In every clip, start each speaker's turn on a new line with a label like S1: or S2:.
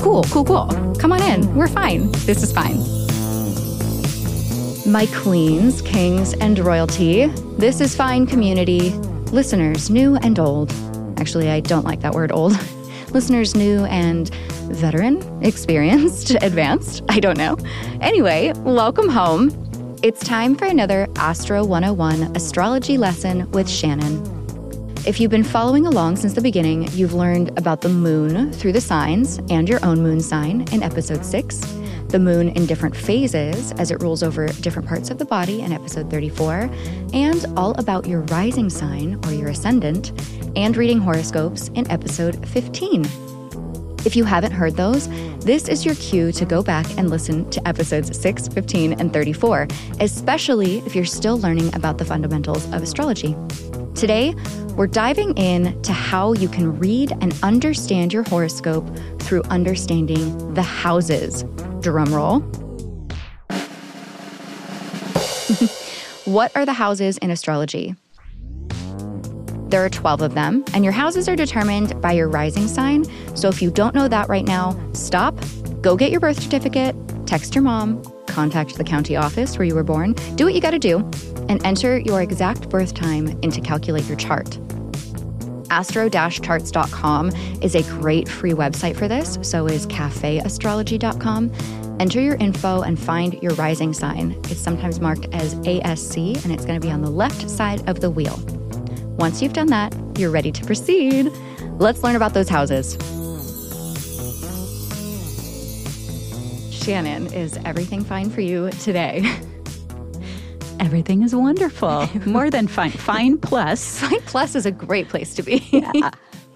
S1: Cool, cool, cool. Come on in. We're fine. This is fine. My queens, kings, and royalty, this is fine community, listeners new and old. Actually, I don't like that word old. listeners new and veteran, experienced, advanced, I don't know. Anyway, welcome home. It's time for another Astro 101 astrology lesson with Shannon. If you've been following along since the beginning, you've learned about the moon through the signs and your own moon sign in episode 6, the moon in different phases as it rules over different parts of the body in episode 34, and all about your rising sign or your ascendant, and reading horoscopes in episode 15. If you haven't heard those, this is your cue to go back and listen to episodes 6, 15, and 34, especially if you're still learning about the fundamentals of astrology. Today, we're diving in to how you can read and understand your horoscope through understanding the houses. Drum roll. what are the houses in astrology? There are 12 of them, and your houses are determined by your rising sign. So if you don't know that right now, stop, go get your birth certificate, text your mom, contact the county office where you were born, do what you gotta do, and enter your exact birth time in to calculate your chart. Astro-charts.com is a great free website for this, so is cafeastrology.com. Enter your info and find your rising sign. It's sometimes marked as ASC, and it's gonna be on the left side of the wheel. Once you've done that, you're ready to proceed. Let's learn about those houses. Shannon, is everything fine for you today?
S2: Everything is wonderful. More than fine. Fine plus.
S1: Fine Plus is a great place to be.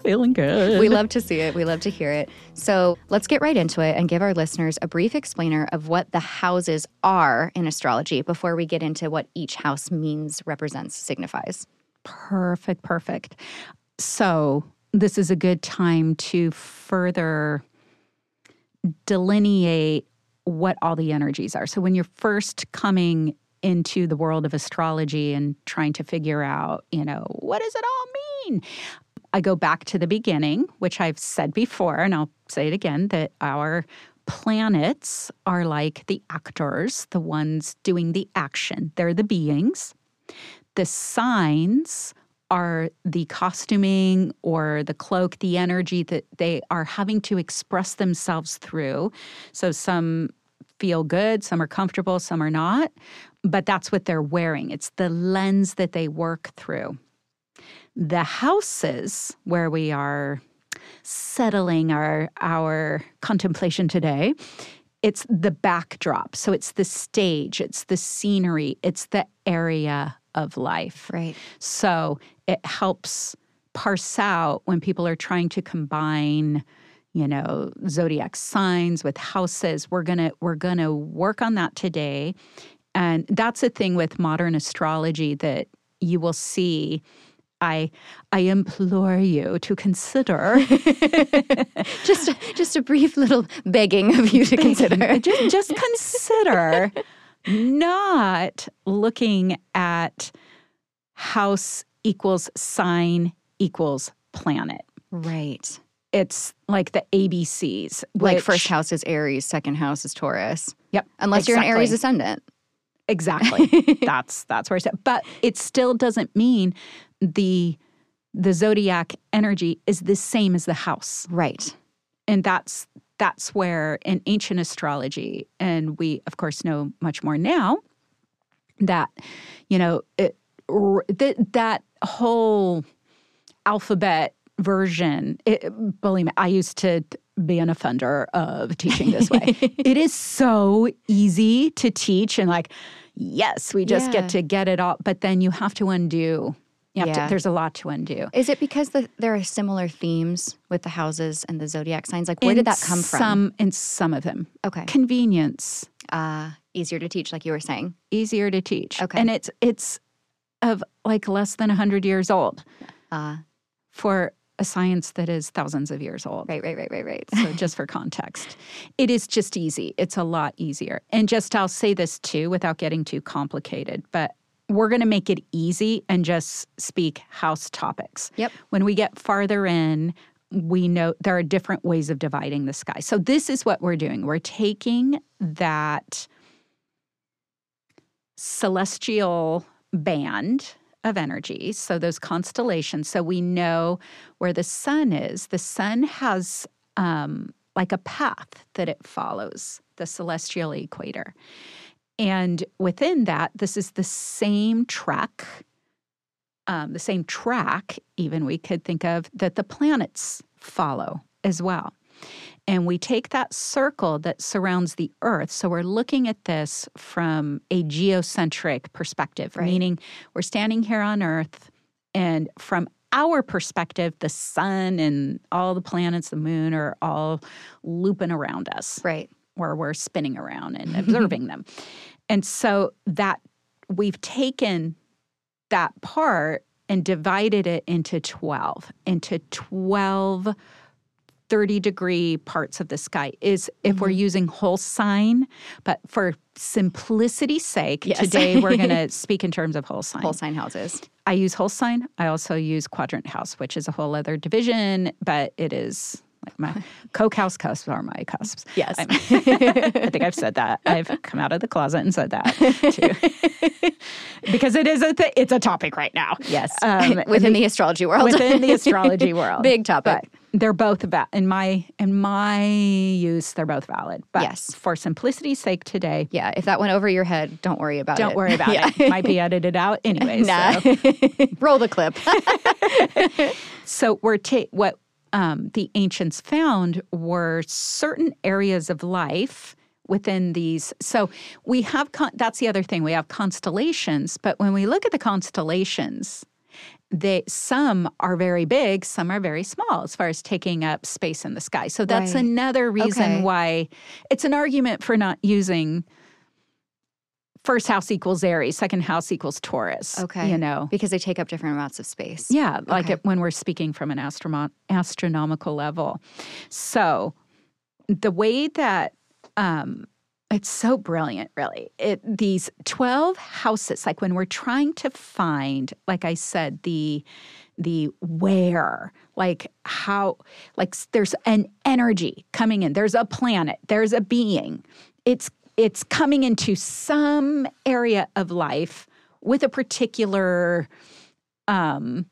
S2: Feeling good.
S1: we love to see it. We love to hear it. So let's get right into it and give our listeners a brief explainer of what the houses are in astrology before we get into what each house means, represents, signifies.
S2: perfect, perfect. So, this is a good time to further delineate what all the energies are. So, when you're first coming into the world of astrology and trying to figure out, you know, what does it all mean? I go back to the beginning, which I've said before, and I'll say it again that our planets are like the actors, the ones doing the action. They're the beings, the signs are the costuming or the cloak, the energy that they are having to express themselves through. So some feel good, some are comfortable, some are not, but that's what they're wearing. It's the lens that they work through. The houses where we are settling our our contemplation today it's the backdrop so it's the stage it's the scenery it's the area of life
S1: Right.
S2: so it helps parse out when people are trying to combine, you know, zodiac signs with houses. We're going to we're going to work on that today. And that's a thing with modern astrology that you will see I I implore you to consider
S1: Just just a brief little begging of you to consider.
S2: just just consider not looking at house equals sign equals planet.
S1: Right.
S2: It's like the ABCs.
S1: Like
S2: which-
S1: first house is Aries, second house is Taurus.
S2: Yep.
S1: Unless you're an Aries
S2: exactly.
S1: ascendant.
S2: Exactly. that's that's where it's at. But it still doesn't mean the the zodiac energy is the same as the house.
S1: Right.
S2: and that's that's where in ancient astrology and we of course know much more now that you know it, r- th- that whole alphabet version it, believe me i used to be an offender of teaching this way it is so easy to teach and like yes we just
S1: Yeah.
S2: get to get it all but then you have to undo You have to-
S1: Yeah.
S2: there's a lot to undo.
S1: Is it because the, there are similar themes with the houses and the zodiac signs? Like, where
S2: In
S1: did that come from?
S2: Some in some of them.
S1: okay.
S2: Convenience,
S1: Uh, easier to teach, like you were saying.
S2: easier to teach.
S1: Okay.
S2: And it's it's of like less than 100 years old
S1: Uh,
S2: for a science that is thousands of years old.
S1: right, right, right, right, right.
S2: So just for context, it is just easy. It's a lot easier. And just I'll say this too without getting too complicated, but we're going to make it easy and just speak house topics.
S1: Yep.
S2: When we get farther in, we know there are different ways of dividing the sky. So this is what we're doing. We're taking that celestial band of energy, so those constellations, so we know where the sun is. The sun has um, like a path that it follows, the celestial equator. And within that, this is the same track, um, the same track, even we could think of, that the planets follow as well. And we take that circle that surrounds the Earth. So we're looking at this from a geocentric perspective,
S1: Right.
S2: meaning we're standing here on Earth, and from our perspective, the sun and all the planets, the moon are all looping around us
S1: Right.
S2: where we're spinning around and observing them. And so that we've taken that part and divided it into 12, into 12 30 degree parts of the sky is if
S1: Mm-hmm.
S2: we're using whole sign, but for simplicity's sake,
S1: Yes.
S2: today we're going to speak in terms of whole sign.
S1: Whole sign houses.
S2: I use whole sign. I also use quadrant house, which is a whole other division, but it is like my coke house cusps are my cusps.
S1: Yes.
S2: I'm- I think I've said that. I've come out of the closet and said that too. because it is a th- it's a topic right now.
S1: Yes.
S2: Um,
S1: within the astrology world.
S2: within the astrology world.
S1: Big topic.
S2: But they're both va- in my in my use they're both valid. But
S1: Yes.
S2: for simplicity's sake today,
S1: yeah. If that went over your head, don't worry about it.
S2: don't worry about
S1: Yeah.
S2: it. Might be edited out anyway.
S1: Nah.
S2: So.
S1: Roll the clip.
S2: So we're ta- what um, the ancients found were certain areas of life within these. So we have con- that's the other thing we have constellations, but when we look at the constellations, they some are very big, some are very small as far as taking up space in the sky. So that's
S1: Right.
S2: another reason
S1: Okay.
S2: why it's an argument for not using first house equals Aries, second house equals Taurus.
S1: Okay.
S2: you know
S1: because they take up different amounts of space.
S2: yeah, like
S1: Okay.
S2: it, when we're speaking from an astromo- astronomical level. So the way that um, it's so brilliant, really. It these twelve houses, like when we're trying to find, like I said, the the where, like how, like s- there's an energy coming in. There's a planet. There's a being. It's it's coming into some area of life with a particular um,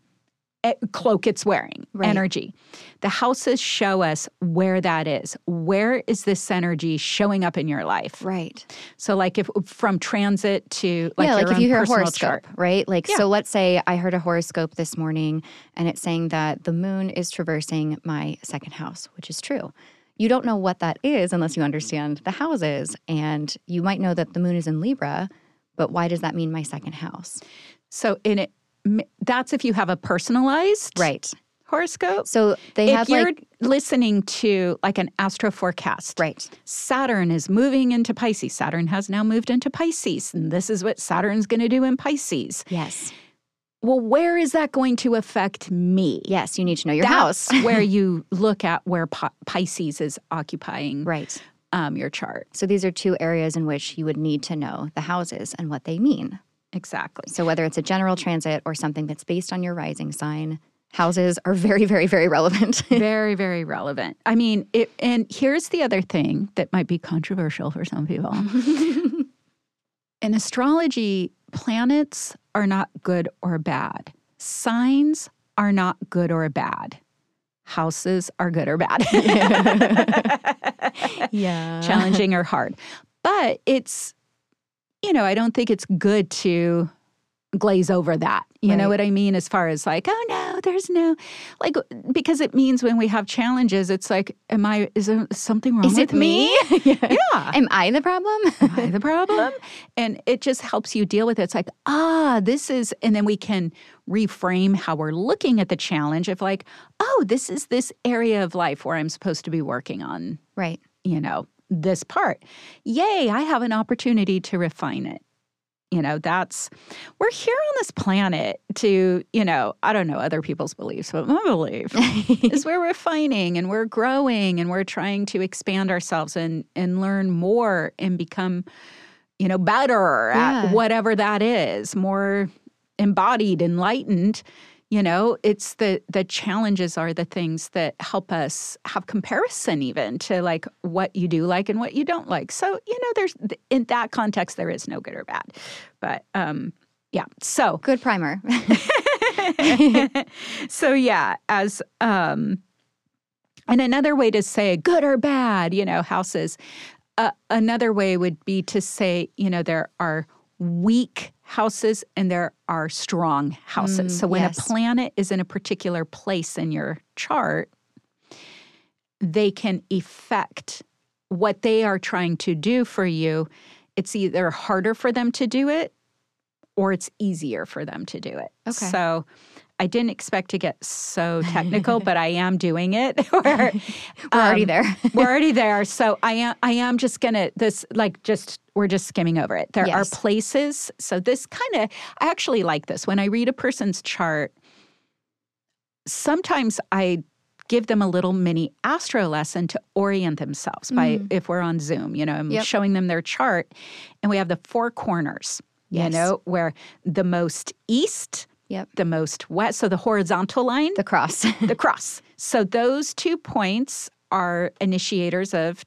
S2: e- cloak it's wearing,
S1: Right.
S2: energy. The houses show us where that is. Where is this energy showing up in your life?
S1: Right.
S2: So, like if from transit to like
S1: yeah,
S2: your
S1: like if
S2: own
S1: you hear a
S2: personal
S1: horoscope,
S2: chart.
S1: right? Like,
S2: Yeah.
S1: so let's say I heard a horoscope this morning and it's saying that the moon is traversing my second house, which is true. You don't know what that is unless you understand the houses. And you might know that the moon is in Libra, but why does that mean my second house?
S2: So in it, m- that's if you have a personalized
S1: Right.
S2: horoscope.
S1: So they
S2: if
S1: have
S2: you're
S1: like,
S2: listening to like an astro forecast,
S1: right.
S2: Saturn is moving into Pisces. Saturn has now moved into Pisces, and this is what Saturn's going to do in Pisces.
S1: Yes.
S2: Well, where is that going to affect me?
S1: Yes. You need to know your house.
S2: That's where you look at where Pi- Pisces is occupying
S1: Right.
S2: um, your chart.
S1: So these are two areas in which you would need to know the houses and what they mean.
S2: Exactly.
S1: So whether it's a general transit or something that's based on your rising sign, houses are very, very, very relevant.
S2: very, very relevant. I mean, it, and here's the other thing that might be controversial for some people. In astrology, planets are not good or bad. Signs are not good or bad. Houses are good or bad.
S1: yeah.
S2: challenging or hard. But it's, you know, I don't think it's good to glaze over that. You know
S1: Right.
S2: what I mean? As far as like, oh no, oh, there's no, like, because it means when we have challenges, it's like, am I, is there something wrong
S1: Is
S2: with
S1: it me?
S2: Yeah.
S1: Am I the problem?
S2: Am I the problem? And it just helps you deal with it. It's like, ah, this is, and then we can reframe how we're looking at the challenge of like, oh, this is this area of life where I'm supposed to be working on,
S1: right.
S2: you know, this part. Yay, I have an opportunity to refine it. You know, that's, we're here on this planet to, you know, I don't know other people's beliefs, but my belief is we're refining and we're growing and we're trying to expand ourselves and and learn more and become you know better
S1: Yeah.
S2: at whatever that is more embodied enlightened you know it's the the challenges are the things that help us have comparison even to like what you do like and what you don't like so you know there's in that context there is no good or bad but um yeah so
S1: Good primer.
S2: so yeah, as um and another way to say good or bad, you know, houses. Uh, another way would be to say, you know, there are weak houses and there are strong houses.
S1: Mm,
S2: so when a
S1: yes.
S2: planet is in a particular place in your chart, they can affect what they are trying to do for you. It's either harder for them to do it or it's easier for them to do it.
S1: Okay.
S2: So I didn't expect to get so technical, but I am doing it. we're
S1: We're
S2: Um,
S1: already there.
S2: we're already there. So I am I am just gonna this like just we're just skimming over it. There
S1: Yes.
S2: are places. So this kind of I actually like this. When I read a person's chart, sometimes I give them a little mini astro lesson to orient themselves by if we're on Zoom, you know, I'm
S1: Mm-hmm. Yep.
S2: showing them their chart and we have the four corners,
S1: Yes.
S2: you know, where the most east,
S1: Yep.
S2: the most west, so the horizontal line,
S1: The cross.
S2: the cross. So those two points are initiators of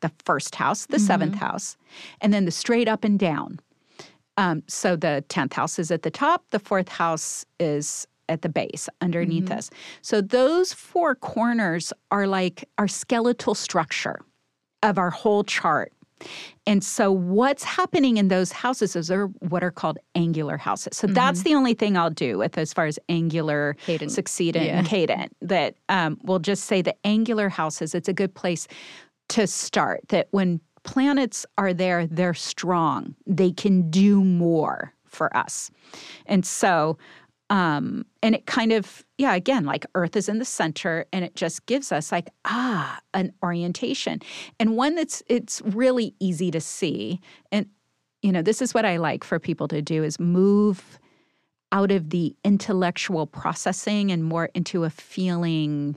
S2: the first house, the seventh house, and then the straight up and down. Um, so the tenth house is at the top. The fourth house is at the base underneath us. So those four corners are like our skeletal structure of our whole chart. And so what's happening in those houses is are what are called angular houses. So that's the only thing I'll do with as far as angular
S1: Cadent.
S2: succeedant
S1: Yeah.
S2: cadent that um, we'll just say the angular houses it's a good place to start that when planets are there they're strong they can do more for us and so um, and it kind of yeah again like earth is in the center and it just gives us like ah an orientation and one that's it's really easy to see and you know this is what i like for people to do is move out of the intellectual processing and more into a feeling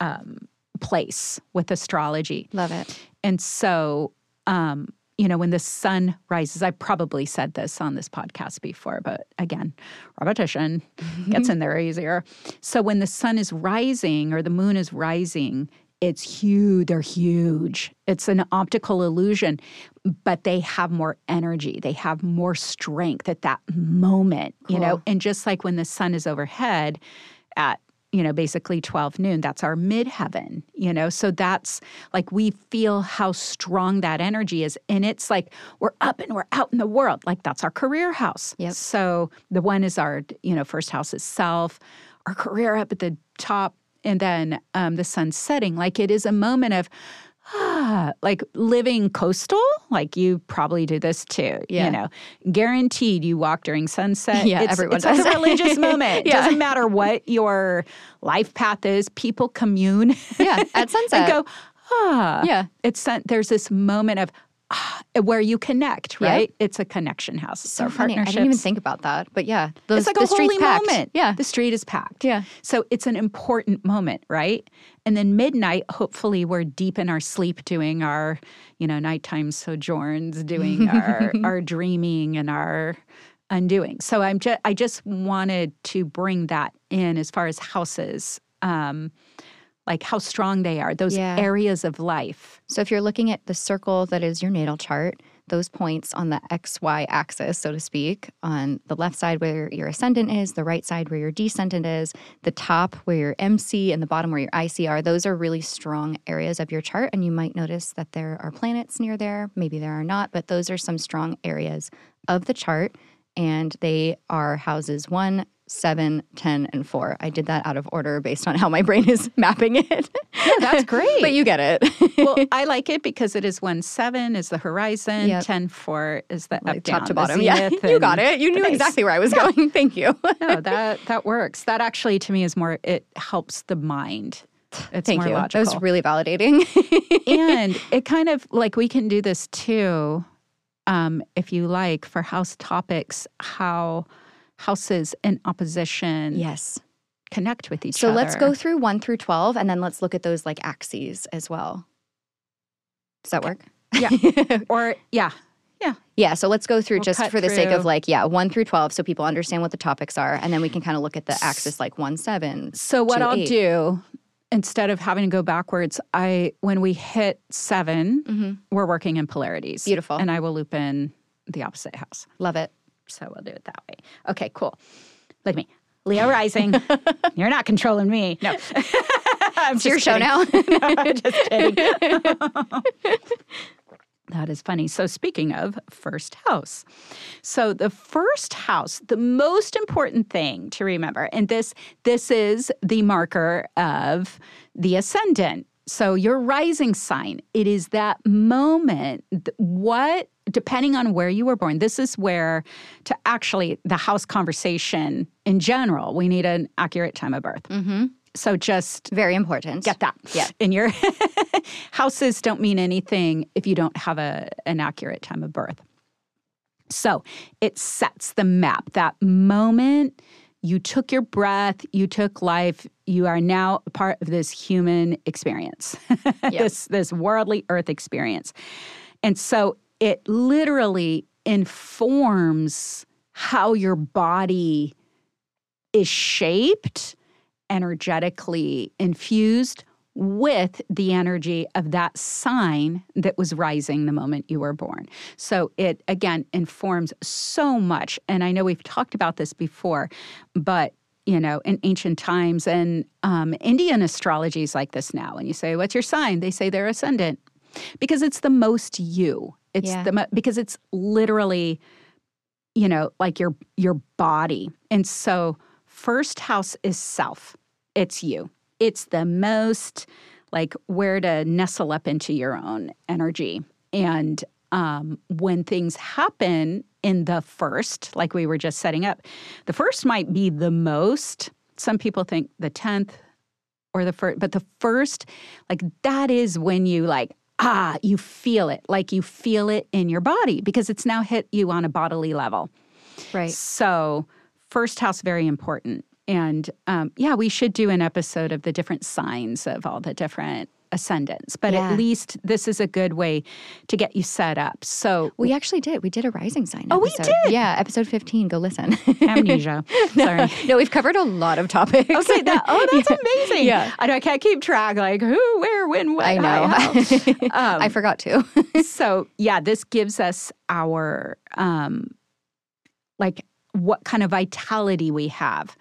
S2: um, place with astrology.
S1: Love it.
S2: And so, um, you know, when the sun rises, I probably said this on this podcast before, but again, repetition gets in there easier. So when the sun is rising or the moon is rising, it's huge. They're huge. It's an optical illusion, but they have more energy. They have more strength at that moment, you know? And just like when the sun is overhead at you know, basically 12 noon, that's our midheaven, you know? So that's like we feel how strong that energy is. And it's like we're up and we're out in the world. Like that's our career house.
S1: Yep.
S2: So the one is our, you know, first house is self, our career up at the top, and then um, the sun setting. Like it is a moment of, ah, like living coastal, like you probably do this too.
S1: Yeah.
S2: You know, guaranteed you walk during sunset.
S1: Yeah,
S2: it's,
S1: everyone
S2: it's like
S1: does.
S2: a religious moment. It
S1: Yeah.
S2: Doesn't matter what your life path is, people commune
S1: Yeah. At sunset.
S2: and go, ah.
S1: Yeah.
S2: It's sent, there's this moment of ah, where you connect,
S1: Yeah.
S2: right? It's a connection house.
S1: so
S2: our
S1: funny. I
S2: partnerships.
S1: didn't even think about that. But yeah. Those,
S2: it's like
S1: the
S2: a
S1: street's
S2: holy
S1: packed.
S2: moment.
S1: Yeah.
S2: The street is packed.
S1: Yeah.
S2: So it's an important moment, right? And then midnight, hopefully we're deep in our sleep doing our, you know, nighttime sojourns, doing our our dreaming and our undoing. So I'm just I just wanted to bring that in as far as houses. Um like how strong they are, those
S1: Yeah.
S2: areas of life.
S1: So if you're looking at the circle that is your natal chart, those points on the XY axis, so to speak, on the left side where your ascendant is, the right side where your descendant is, the top where your MC and the bottom where your IC are, those are really strong areas of your chart. And you might notice that there are planets near there, maybe there are not, but those are some strong areas of the chart. And they are houses one, seven, 10, and four. I did that out of order based on how my brain is mapping it.
S2: No, that's great.
S1: but you get it.
S2: well, I like it because it is one seven is the horizon,
S1: Yep.
S2: ten four is the
S1: Like top
S2: up down,
S1: to
S2: the
S1: bottom. Yeah.
S2: zenith,
S1: You got
S2: and
S1: it. You
S2: the
S1: knew
S2: base.
S1: exactly where I was going. Thank you.
S2: No, that that works. That actually to me is more. It helps the mind. It's
S1: Thank
S2: more
S1: you.
S2: logical.
S1: That was really validating.
S2: and it kind of like we can do this too, um, if you like, for house topics, how houses in opposition
S1: yes.
S2: connect with each
S1: So
S2: other.
S1: let's go through one through 12 and then let's look at those like axes as well. Does that work? Yeah.
S2: Or yeah,
S1: yeah. So let's go through
S2: We'll
S1: just
S2: cut
S1: for the sake of
S2: through.
S1: like, yeah, one through 12 so people understand what the topics are. And then we can kind of look at the axis like one, seven.
S2: So what
S1: to
S2: I'll
S1: eight.
S2: do instead of having to go backwards, I when we hit 7 we
S1: Mhm.
S2: we're working in polarities.
S1: Beautiful.
S2: And I will loop in the opposite house.
S1: Love it.
S2: So we'll do it that way. Okay, cool. Look at me. Leo rising. You're not controlling me. No. I'm
S1: It's your
S2: just
S1: show
S2: kidding.
S1: now.
S2: I'm just kidding. that is funny. So, speaking of first house, so the first house, the most important thing to remember, and this this is the marker of the ascendant. So, your rising sign, it is that moment. th- What, depending on where you were born, this is where to actually the house conversation in general, we need an accurate time of birth.
S1: hmm
S2: So, just
S1: Very important.
S2: Get that.
S1: Yeah.
S2: In your houses don't mean anything if you don't have a, an accurate time of birth. So it sets the map. That moment you took your breath, you took life, you are now a part of this human experience, this, this worldly earth experience. And so it literally informs how your body is shaped energetically infused with the energy of that sign that was rising the moment you were born. So it again informs so much. And I know we've talked about this before, but you know, in ancient times and um, Indian astrology is like this now. When you say, What's your sign? They say they're ascendant because it's the most you. It's
S1: Yeah.
S2: the mo- because it's literally you know like your your body and so first house is self it's you it's the most like where to nestle up into your own energy and um, when things happen in the first like we were just setting up the first might be the most some people think the 10th or the first but the first like that is when you like ah you feel it like you feel it in your body because it's now hit you on a bodily level
S1: Right.
S2: so first house very important and um, yeah we should do an episode of the different signs of all the different ascendants but
S1: Yeah.
S2: at least this is a good way to get you set up so
S1: We actually did. We did a rising sign.
S2: Oh, we
S1: episode. Yeah, episode 15. Go listen.
S2: amnesia sorry
S1: no, we've covered a lot of topics.
S2: I'll say that. Oh, that's amazing.
S1: Yeah.
S2: I know I can't keep track, like who, where, when, what.
S1: I know. Um,
S2: how.
S1: I forgot to.
S2: so yeah this gives us our um like what kind of vitality we have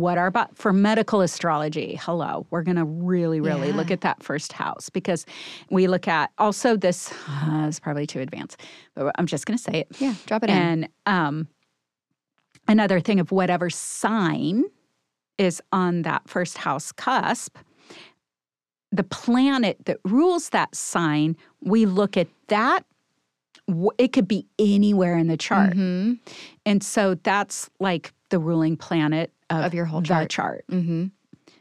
S2: what our bo- for medical astrology hello we're going to really really look
S1: Yeah.
S2: at that first house because we look at also this uh, is probably too advanced but i'm just going to say it
S1: yeah, drop it in.
S2: and um, another thing of whatever sign is on that first house cusp, the planet that rules that sign, we look at that. W- It could be anywhere in the chart.
S1: Mm-hmm.
S2: And so that's like the ruling planet of,
S1: Of your whole
S2: the
S1: chart.
S2: chart.
S1: Mm-hmm.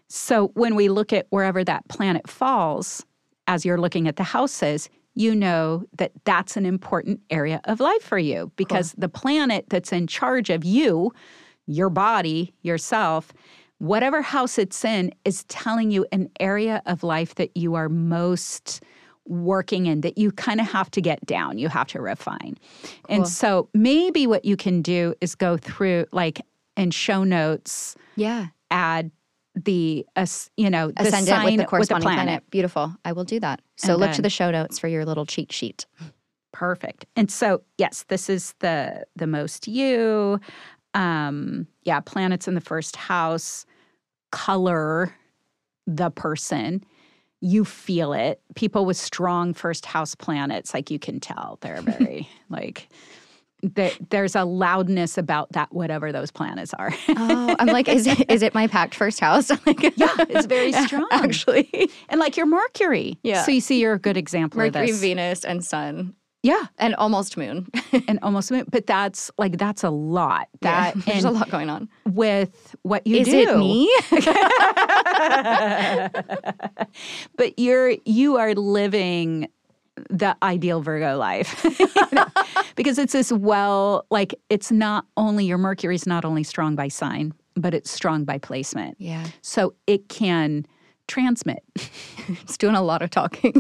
S2: So when we look at wherever that planet falls, as you're looking at the houses, you know that that's an important area of life for you because the planet that's in charge of you, your body, yourself, whatever house it's in, is telling you an area of life that you are most working in that you kind of have to get down, you have to refine.
S1: Cool.
S2: And so maybe what you can do is go through like in show notes
S1: Yeah.
S2: add the as you know the
S1: Ascendant with
S2: sign
S1: the corresponding
S2: planet.
S1: planet. Beautiful. I will do that. So
S2: And
S1: look to
S2: then-
S1: the show notes for your little cheat sheet.
S2: Perfect. And so yes, this is the the most you. Um, yeah, planets in the first house color the person. You feel it. People with strong first house planets, like you can tell, they're very like Th- there's a loudness about that, whatever those planets are.
S1: Oh, I'm like, is it, is it my packed first house? Like,
S2: yeah, it's very strong.
S1: actually.
S2: And like your Mercury.
S1: Yeah.
S2: So you see, you're a good example
S1: Mercury,
S2: of this.
S1: Venus, and Sun,
S2: Yeah.
S1: and almost Moon.
S2: And almost, but that's like, that's a lot. That
S1: There's
S2: and
S1: a lot going on.
S2: with what you
S1: is
S2: do.
S1: it me?
S2: but you're you are living the ideal Virgo life You know? because it's this well like it's not only your Mercury's not only strong by sign but it's strong by placement
S1: yeah,
S2: so it can transmit
S1: it's doing a lot of talking.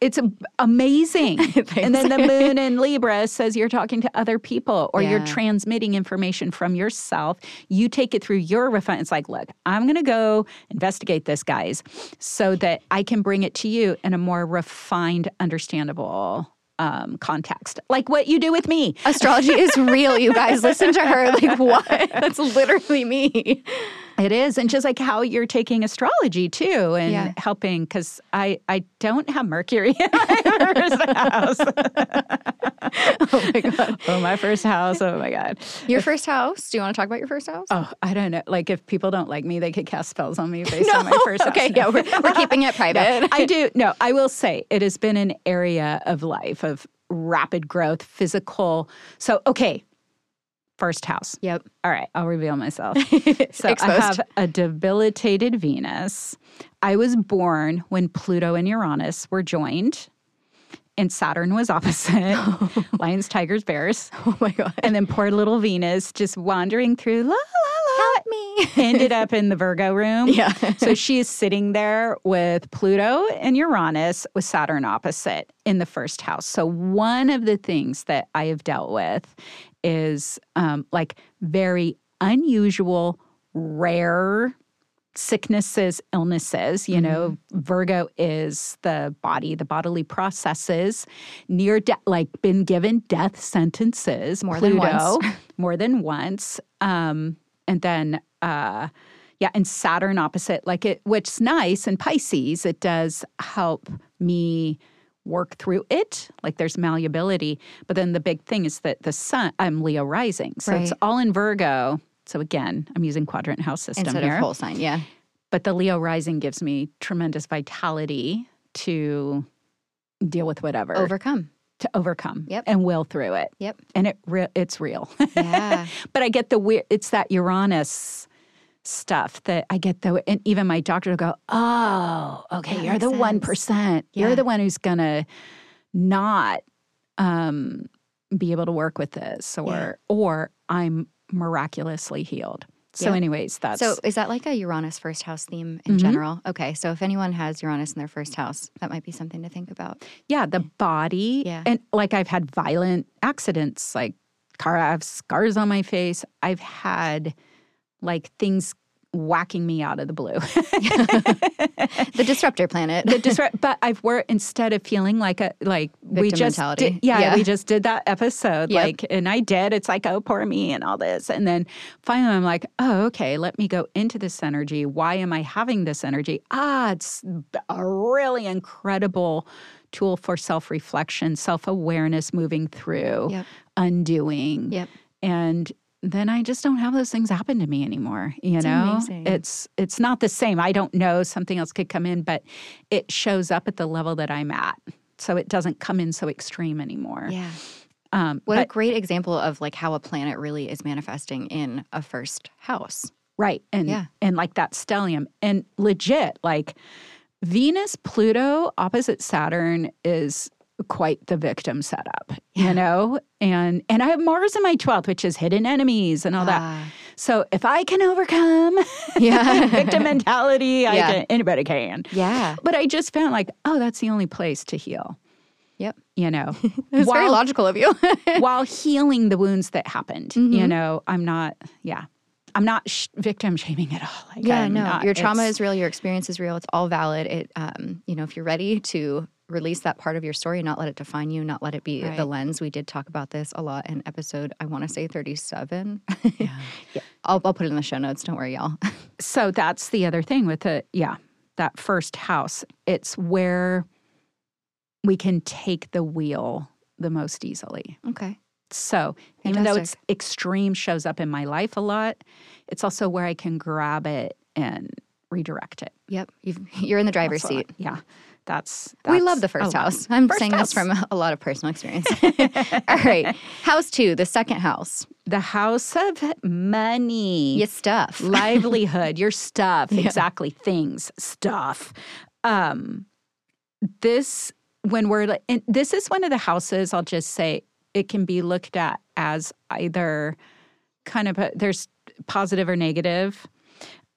S2: it's a- amazing and then the moon in libra says you're talking to other people or you're
S1: Yeah.
S2: transmitting information from yourself you take it through your refine it's like look i'm going to go investigate this guys so that i can bring it to you in a more refined understandable um, context like what you do with me
S1: Astrology is real, you guys. Listen to her. Like, what? That's literally me.
S2: It is, and just like how you're taking astrology too and
S1: Yeah.
S2: helping, because I I don't have Mercury in my first house. oh my god! Oh my first house! Oh my god!
S1: Your first house. Do you want to talk about your first house?
S2: Oh, I don't know. Like if people don't like me, they could cast spells on me based on my first house.
S1: okay, yeah, we're, we're keeping it private.
S2: I do. No, I will say it has been an area of life of rapid growth, physical. So okay, first house.
S1: Yep.
S2: All right, I'll reveal myself. So I
S1: Exposed.
S2: have a debilitated Venus. I was born when Pluto and Uranus were joined, and Saturn was opposite lions, tigers, bears.
S1: Oh my god.
S2: And then poor little Venus just wandering through, la, la, la,
S1: Me.
S2: ended up in the Virgo room.
S1: Yeah.
S2: so she is sitting there with Pluto and Uranus with Saturn opposite in the first house. So one of the things that I have dealt with is um, like very unusual, rare sicknesses, illnesses. You know,
S1: Mm-hmm.
S2: Virgo is the body, the bodily processes, near death, like been given death sentences.
S1: More than
S2: Pluto,
S1: once.
S2: more than once. Um, and then, uh, yeah, and Saturn opposite, like it, what's nice in Pisces, it does help me work through it. Like there's malleability. But then the big thing is that the sun, I'm Leo rising. So it's
S1: Right.
S2: all in Virgo. So again, I'm using quadrant house system
S1: Instead
S2: here
S1: of whole sign, yeah.
S2: but the Leo rising gives me tremendous vitality to deal with whatever
S1: Overcome.
S2: to overcome
S1: Yep.
S2: and will through it
S1: Yep.
S2: and it re- it's real
S1: Yeah.
S2: but i get the weird it's that uranus stuff that i get the and even my doctor will go oh okay
S1: That
S2: you're the
S1: makes
S2: 1%
S1: Yeah.
S2: you're the one who's gonna not um be able to work with this or
S1: Yeah.
S2: or i'm miraculously healed so
S1: Yeah.
S2: anyways that's
S1: So is that like a Uranus first house theme in
S2: Mhm.
S1: general? Okay. So if anyone has Uranus in their first house, that might be something to think about.
S2: Yeah, the body.
S1: Yeah.
S2: And like I've had violent accidents, like car, I have scars on my face. I've had like things whacking me out of the blue.
S1: The disruptor planet.
S2: The disrupt, but I've worked instead of feeling like a like we
S1: Victim
S2: just
S1: mentality.
S2: did- yeah,
S1: Yeah.
S2: we just did that episode
S1: Yep.
S2: like and I did it's like oh poor me and all this and then finally I'm like oh okay let me go into this energy why am I having this energy ah it's a really incredible tool for self reflection self awareness moving through
S1: Yep.
S2: undoing
S1: Yep.
S2: and then I just don't have those things happen to me anymore. You
S1: It's
S2: know,
S1: amazing.
S2: it's it's not the same. I don't know something else could come in, but it shows up at the level that I'm at, so it doesn't come in so extreme anymore.
S1: Yeah.
S2: Um,
S1: What a
S2: but-
S1: great example of like how a planet really is manifesting in a first house.
S2: right? And
S1: Yeah.
S2: and like that stellium and legit like Venus Pluto opposite Saturn is quite the victim setup. You know, and and I have Mars in my twelfth, which is hidden enemies and all that.
S1: Ah.
S2: So if I can overcome.
S1: yeah.
S2: victim mentality. I
S1: Yeah.
S2: can, anybody can.
S1: yeah.
S2: But I just found like, oh, that's the only place to heal.
S1: Yep.
S2: You know,
S1: It's very
S2: while,
S1: logical of you.
S2: while healing the wounds that happened.
S1: Mm-hmm.
S2: You know, I'm not. Yeah, I'm not sh- victim shaming at all. Like,
S1: yeah,
S2: I'm
S1: no.
S2: not-
S1: your trauma
S2: it's-
S1: is real. Your experience is real. It's all valid. It, um, you know, if you're ready to release that part of your story and not let it define you, not let it be
S2: Right.
S1: the lens. We did talk about this a lot in episode, I want to say 37. Yeah. I'll, I'll put it in the show notes. Don't worry, y'all.
S2: So that's the other thing with the yeah that first house. It's where we can take the wheel the most easily.
S1: Okay.
S2: So even though it's
S1: Fantastic.
S2: extreme shows up in my life a lot, it's also where I can grab it and redirect it.
S1: Yep. You've, you're in the driver's
S2: That's what I-
S1: seat.
S2: yeah. That's,
S1: we love the
S2: that's
S1: first
S2: a lot.
S1: house. I'm
S2: First
S1: saying this
S2: house.
S1: from a, a lot of personal experience. All right. House two, the second house.
S2: The house of money.
S1: Your stuff.
S2: livelihood, your stuff, exactly, things, stuff. Um, this when we're li- and this is one of the houses. I'll just say it can be looked at as either kind of a, there's positive or negative.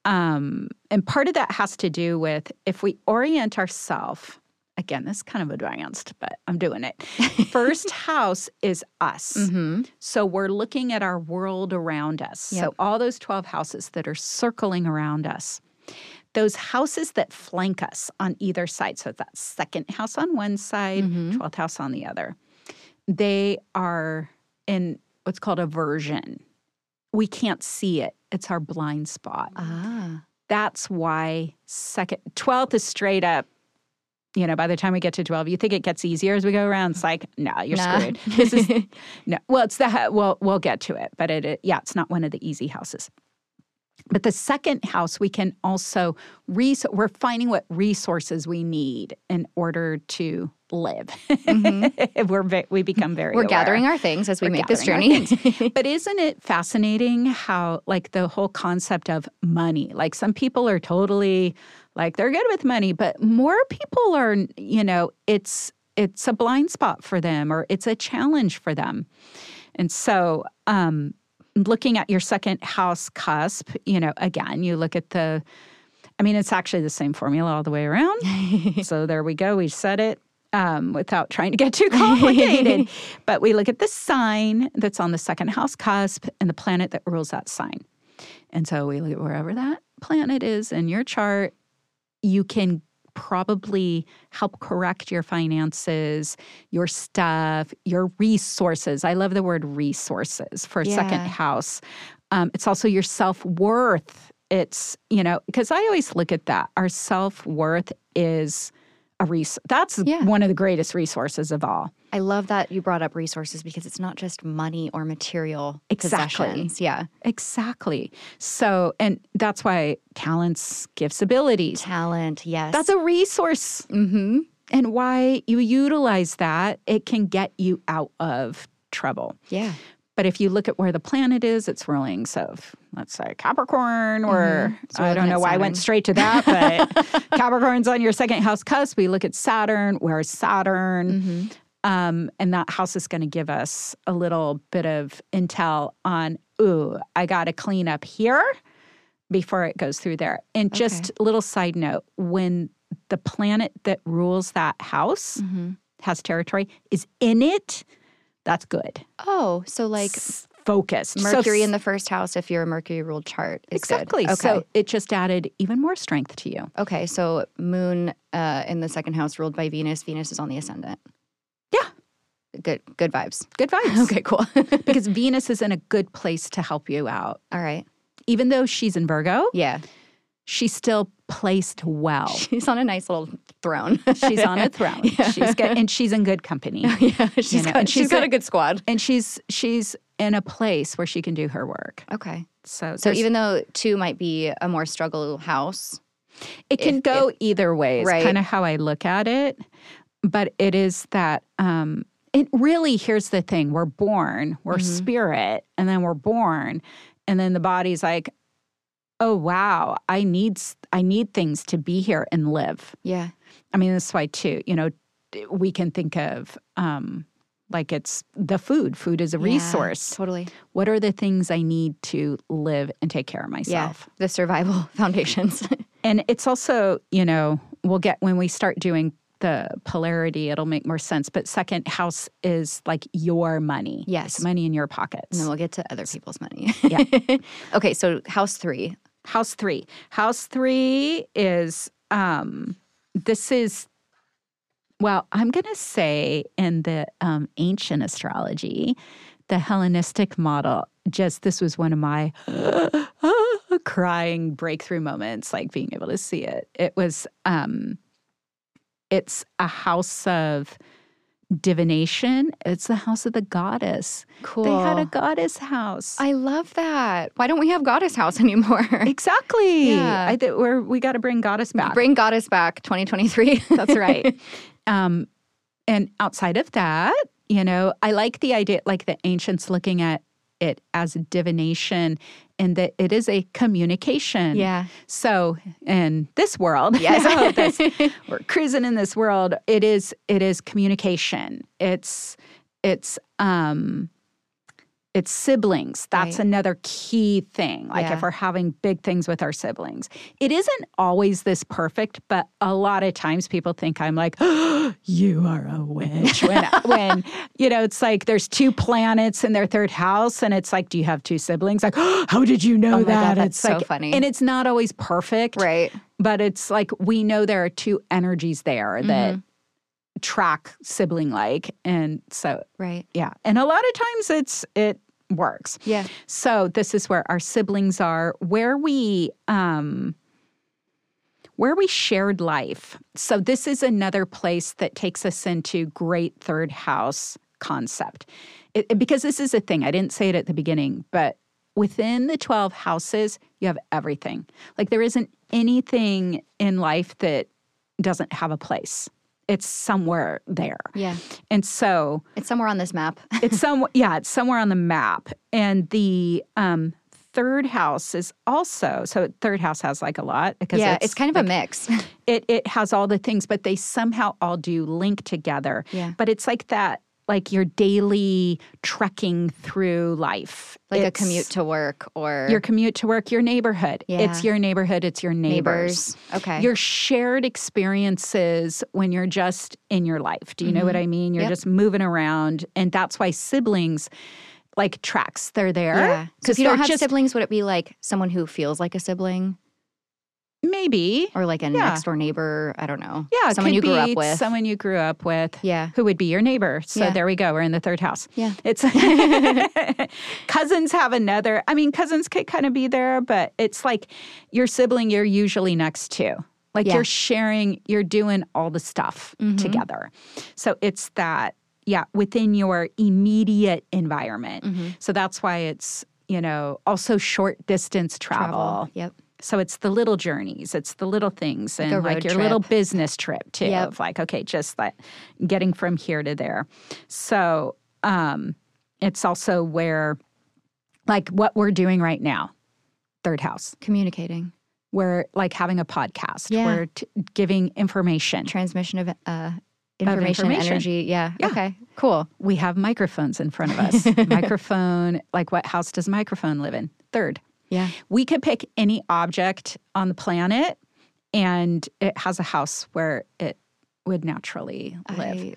S2: Um, and part of that has to do with if we orient ourselves. Again, this is kind of advanced, but I'm doing it. First house is us.
S1: hmm
S2: So we're looking at our world around us.
S1: Yep.
S2: So all those 12 houses that are circling around us. Those houses that flank us on either side, so that second house on one side, 12th house on the other, they are in what's called aversion. We can't see it, it's our blind spot.
S1: Ah.
S2: That's why second 12th is straight up. You know, by the time we get to 12, you think it gets easier as we go around. It's like, no, you're
S1: Nah.
S2: screwed. This is no, well, it's the hu- well, we'll get to it, but it, it yeah, it's not one of the easy houses. But the second house, we can also res- we're finding what resources we need in order to live. we're ve- we become very
S1: Mm-hmm. We're
S2: aware.
S1: gathering our things as we
S2: We're
S1: make this
S2: gathering our
S1: journey.
S2: things. but isn't it fascinating how like the whole concept of money? Like some people are totally like they're good with money, but more people are, you know, it's it's a blind spot for them or it's a challenge for them. And so um looking at your second house cusp, you know, again, you look at the I mean, it's actually the same formula all the way around. so there we go. We said it um, without trying to get too complicated. but we look at the sign that's on the second house cusp and the planet that rules that sign. And so we look at wherever that planet is in your chart, you can probably help correct your finances, your stuff, your resources. I love the word resources for a second
S1: Yeah.
S2: house. Um, it's also your self worth. It's, you know, because I always look at that. Our self worth is a res. That's
S1: Yeah.
S2: one of the greatest resources of all.
S1: I love that you brought up resources because it's not just money or material
S2: Exactly.
S1: possessions. Yeah.
S2: Exactly. So, and that's why talents, gifts, abilities.
S1: Talent. Yes.
S2: That's a resource.
S1: mm-hmm.
S2: and why you utilize that, it can get you out of trouble.
S1: Yeah.
S2: But if you look at where the planet is, it's ruling. So, if, let's say Capricorn, or
S1: Mm-hmm. So we're
S2: I don't
S1: looking at
S2: know why I
S1: Saturn.
S2: went straight to that, but Capricorn's on your second house cusp. We look at Saturn. Where is Saturn?
S1: Mm-hmm.
S2: Um, and that house is going to give us a little bit of intel on, ooh, I got to clean up here before it goes through there. And just a little side note when the planet that rules that house
S1: Mm-hmm.
S2: has territory is in it, that's good.
S1: Oh, so like
S2: S- focused. So
S1: Mercury in
S2: s-
S1: the first house, if you're a Mercury ruled chart, is good.
S2: exactly.
S1: Okay.
S2: So it just added even more strength to you.
S1: Okay, so Moon uh, in the second house ruled by Venus. Venus is on the ascendant.
S2: Yeah.
S1: Good good vibes.
S2: Good vibes.
S1: Okay, cool.
S2: because Venus is in a good place to help you out.
S1: All right.
S2: Even though she's in Virgo,
S1: Yeah.
S2: she's still placed well.
S1: She's on a nice little throne.
S2: She's on a throne. She's good, and she's in good company.
S1: yeah, she's
S2: know,
S1: got,
S2: and
S1: she's
S2: she's
S1: got
S2: a-
S1: a good squad.
S2: And she's she's in a place where she can do her work.
S1: Okay.
S2: So
S1: So
S2: there's-
S1: even though two might be a more struggle house,
S2: it can
S1: if-
S2: go either way. It's
S1: Right.
S2: kind of how I look at it. But it is that um it really here's the thing. We're born, we're
S1: Mm-hmm.
S2: spirit, and then we're born, and then the body's like, "Oh wow, I need s- I need things to be here and live."
S1: yeah,
S2: I mean, that's why too, you know, d- we can think of um like it's the food. Food is a
S1: Yeah,
S2: resource.
S1: totally.
S2: What are the things I need to live and take care of
S1: Yeah,
S2: myself?
S1: the survival foundations.
S2: And it's also, you know, we'll get when we start doing the polarity, it'll make more sense. But second house is like your money.
S1: Yes.
S2: It's money in your
S1: and
S2: pockets.
S1: then we'll get to other people's money.
S2: Yeah.
S1: okay, so house three.
S2: House three. House three is um this is well, I'm gonna say in the um, ancient astrology, the Hellenistic model, just this was one of my crying breakthrough moments, like being able to see it. It was um it's a house of divination. It's the house of the goddess.
S1: Cool.
S2: They had a goddess house.
S1: I love that. Why don't we have Goddess House anymore?
S2: exactly.
S1: Yeah.
S2: I think we're we got to bring goddess back.
S1: Bring Goddess back 2023.
S2: That's right. um, and outside of that, you know, I like the idea, like the ancients looking at it as a divination and that it is a communication.
S1: yeah.
S2: So in this world,
S1: Yes.
S2: so Oh, that's- we're cruising in this world. It is it is communication. It's it's um it's siblings. That's
S1: Right.
S2: another key thing. Like
S1: Yeah.
S2: if we're having big things with our siblings, it isn't always this perfect. But a lot of times, people think I'm like, "You are a witch." When, when you know, it's like there's two planets in their third house, and it's like, "Do you have two siblings?" Like, "How did you know
S1: Oh my God,
S2: that?"
S1: that's
S2: it's
S1: so
S2: like,
S1: funny.
S2: and it's not always perfect,
S1: Right.
S2: but it's like we know there are two energies there that track sibling like. And so,
S1: Right.
S2: yeah. And a lot of times it's, it works.
S1: Yeah.
S2: So this is where our siblings are, where we, um, where we shared life. So this is another place that takes us into great third house concept. It, it- because this is a thing, I didn't say it at the beginning, but within the 12 houses, you have everything. Like there isn't anything in life that doesn't have a place. It's somewhere there.
S1: Yeah.
S2: And so
S1: It's somewhere on this map.
S2: it's some yeah it's somewhere on the map and the um third house is also so third house has like a lot because
S1: Yeah.
S2: it's,
S1: It's kind of a mix.
S2: it, it has all the things but they somehow all do link together
S1: Yeah.
S2: but it's like that like your daily trekking through life
S1: like a
S2: It's
S1: commute to work or
S2: your commute to work your neighborhood it's
S1: Yeah.
S2: your neighborhood it's your neighbors,
S1: neighbors. Okay.
S2: your shared experiences when you're just in your life. Do you know what I mean? You're
S1: Mm-hmm. Yep.
S2: just moving around. And that's why siblings like tracks, they're there.
S1: yeah. So if you don't
S2: they're
S1: have
S2: just-
S1: siblings, would it be like someone who feels like a sibling
S2: maybe.
S1: or like a
S2: Yeah.
S1: next door neighbor? I don't know.
S2: Yeah, it
S1: Someone
S2: could
S1: you grew
S2: be
S1: up with.
S2: Someone you grew up with.
S1: yeah.
S2: Who would be your neighbor? So
S1: Yeah.
S2: there we go. We're in the third house.
S1: Yeah.
S2: It's cousins have another. I mean, cousins could kind of be there, but it's like your sibling you're usually next to. Like
S1: Yeah.
S2: you're sharing, you're doing all the stuff
S1: Mhm.
S2: together. So it's that, yeah, within your immediate environment.
S1: Mhm.
S2: So that's why it's, you know, also short distance travel.
S1: Yep.
S2: So it's the little journeys, it's the little things, and
S1: a
S2: like,
S1: road
S2: your little
S1: trip.
S2: business trip too.
S1: Yep.
S2: Of like, okay, just like getting from here to there. So um, it's also where, like, what we're doing right now, third house.
S1: Communicating.
S2: We're like having a podcast.
S1: Yeah.
S2: We're t- giving information.
S1: Transmission of uh, information,
S2: information.
S1: energy. Yeah.
S2: Yeah.
S1: Okay. Cool.
S2: We have microphones in front of us. microphone. Like, what house does microphone live in? Third.
S1: Yeah.
S2: we could pick any object on the planet and it has a house where it would naturally live.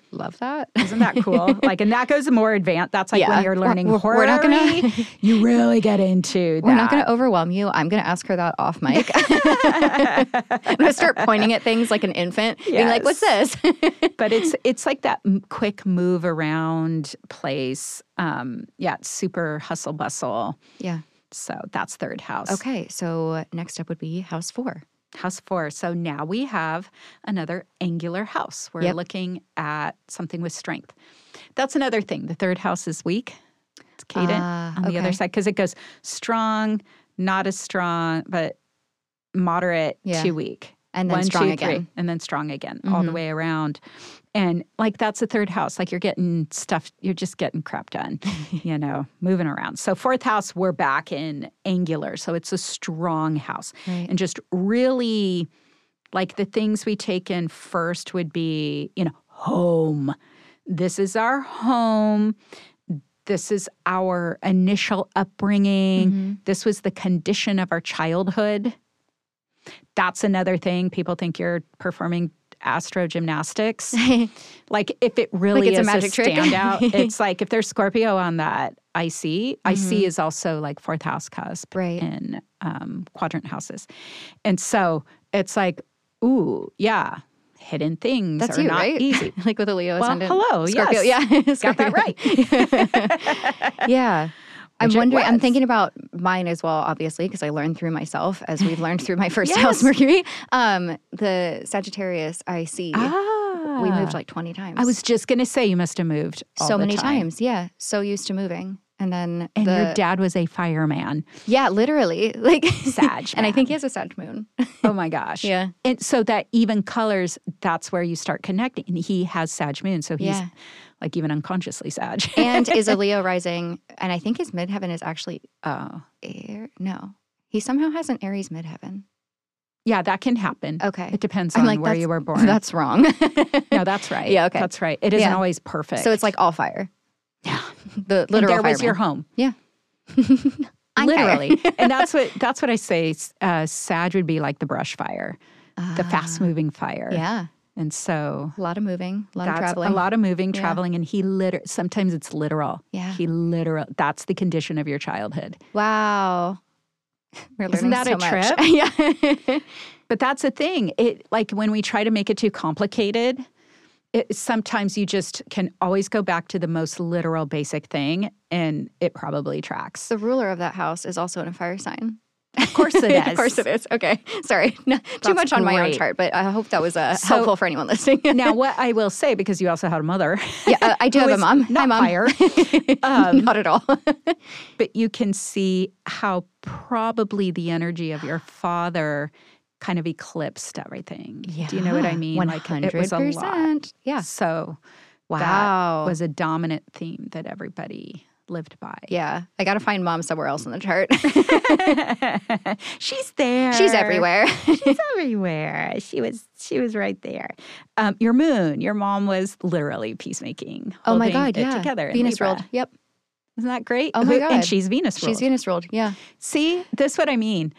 S1: I love that.
S2: Isn't that cool? like, and that goes more advanced. That's like
S1: Yeah.
S2: when you're
S1: We're-
S2: learning
S1: we're-
S2: horror.
S1: we're not gonna-
S2: you really get into.
S1: We're not going
S2: that.
S1: to overwhelm you. I'm going to ask her that off mic. I'm going to start pointing at things like an infant, being like, what's this?
S2: but it's it's like that m- quick move around place. Um, yeah, it's super hustle bustle.
S1: yeah.
S2: So that's third house.
S1: Okay. So next up would be house four.
S2: House four. So now we have another angular house. We're
S1: Yep.
S2: looking at something with strength. That's another thing. The third house is weak. It's cadent
S1: Ah,
S2: on the other
S1: okay.
S2: side because it goes strong, not as strong, but moderate,
S1: Yeah.
S2: too weak.
S1: And then
S2: One,
S1: strong
S2: two,
S1: again. Mm-hmm.
S2: three, and then strong again, all the way around. And like that's a third house. Like you're getting stuff, you're just getting crap done, you know, moving around. So fourth house, we're back in angular. So it's a strong house.
S1: Right.
S2: And just really like the things we take in first would be, you know, home. This is our home. This is our initial upbringing.
S1: Mm-hmm.
S2: This was the condition of our childhood. That's another thing. People think you're performing astro gymnastics. like if it really
S1: it's a
S2: is
S1: magic trick.
S2: standout, it's like if there's Scorpio on that IC, IC is also like fourth house cusp
S1: Mm-hmm. Right.
S2: in um, quadrant houses. And so it's like, ooh, yeah, hidden things
S1: That's
S2: are
S1: you,
S2: not
S1: right?
S2: easy.
S1: like with a Leo
S2: Well,
S1: ascendant.
S2: hello,
S1: Scorpio.
S2: yes.
S1: Yeah.
S2: Got that right.
S1: yeah. I'm
S2: Which it
S1: wondering, I'm
S2: was.
S1: thinking about mine as well, obviously, because I learned through myself as we've learned through my first house,
S2: Yes.
S1: Mercury. Um, the Sagittarius I see.
S2: Ah, Yeah.
S1: We moved like 20 times.
S2: I was just going to say you must have moved all
S1: so
S2: the
S1: many
S2: time.
S1: times. Yeah. So used to moving. And then
S2: And
S1: the,
S2: your dad was a fireman.
S1: yeah, literally like
S2: Sag
S1: and I think
S2: man.
S1: he has a Sag moon.
S2: Oh my gosh.
S1: Yeah.
S2: And so that even colors, that's where you start connecting. And he has Sag Moon. So he's
S1: Yeah.
S2: like even unconsciously Sag.
S1: and is a Leo rising, and I think his midheaven is actually
S2: oh.
S1: air. No, he somehow has an Aries midheaven.
S2: Yeah, that can happen.
S1: Okay,
S2: It depends
S1: I'm
S2: on
S1: like,
S2: where
S1: that's-
S2: you were born.
S1: that's wrong.
S2: no, that's right.
S1: Yeah, okay.
S2: That's right. It isn't
S1: Yeah.
S2: always perfect.
S1: so it's like all fire.
S2: Yeah.
S1: the
S2: And
S1: literal
S2: there was your
S1: fireman.
S2: home.
S1: I'm fire.
S2: Literally. and that's what that's what I say. Uh, Sag would be like the brush fire, the fast
S1: Ah,
S2: moving fire.
S1: Yeah,
S2: And so
S1: a lot of moving, a lot
S2: that's
S1: of traveling.
S2: a lot of moving,
S1: Yeah.
S2: traveling, and he liter sometimes it's literal.
S1: Yeah.
S2: He literal that's the condition of your childhood.
S1: Wow. We're
S2: Isn't
S1: learning
S2: that
S1: so
S2: a
S1: much. yeah.
S2: But that's the thing. It like when we try to make it too complicated, it, sometimes you just can always go back to the most literal basic thing and it probably tracks.
S1: the ruler of that house is also in a fire sign.
S2: Of course it is.
S1: of course it is. Okay. Sorry. No, too
S2: That's
S1: much on my own
S2: great.
S1: chart, but I hope that was uh,
S2: So-
S1: helpful for anyone listening.
S2: now what I will say because you also had a mother.
S1: yeah, uh, I do
S2: who
S1: have a
S2: is
S1: mom. Hi,
S2: Not
S1: mom.
S2: fire. um,
S1: Not at all.
S2: but you can see how probably the energy of your father kind of eclipsed everything. Do you know what I mean?
S1: One
S2: Like it
S1: hundred
S2: was a lot.
S1: percent. Yeah.
S2: So
S1: Wow.
S2: that was a dominant theme that everybody lived by.
S1: Yeah. I got to find mom somewhere else on the chart.
S2: She's there.
S1: She's everywhere.
S2: She's everywhere. She was she was right there. Um, your moon, your mom was literally peacemaking.
S1: oh my
S2: holding
S1: God.
S2: it
S1: Yeah.
S2: together in
S1: Venus
S2: Libra.
S1: rolled. Yep.
S2: Isn't that great?
S1: Oh my
S2: Who-
S1: God.
S2: And she's Venus
S1: She's
S2: ruled.
S1: Venus rolled. Yeah.
S2: See, this what I mean.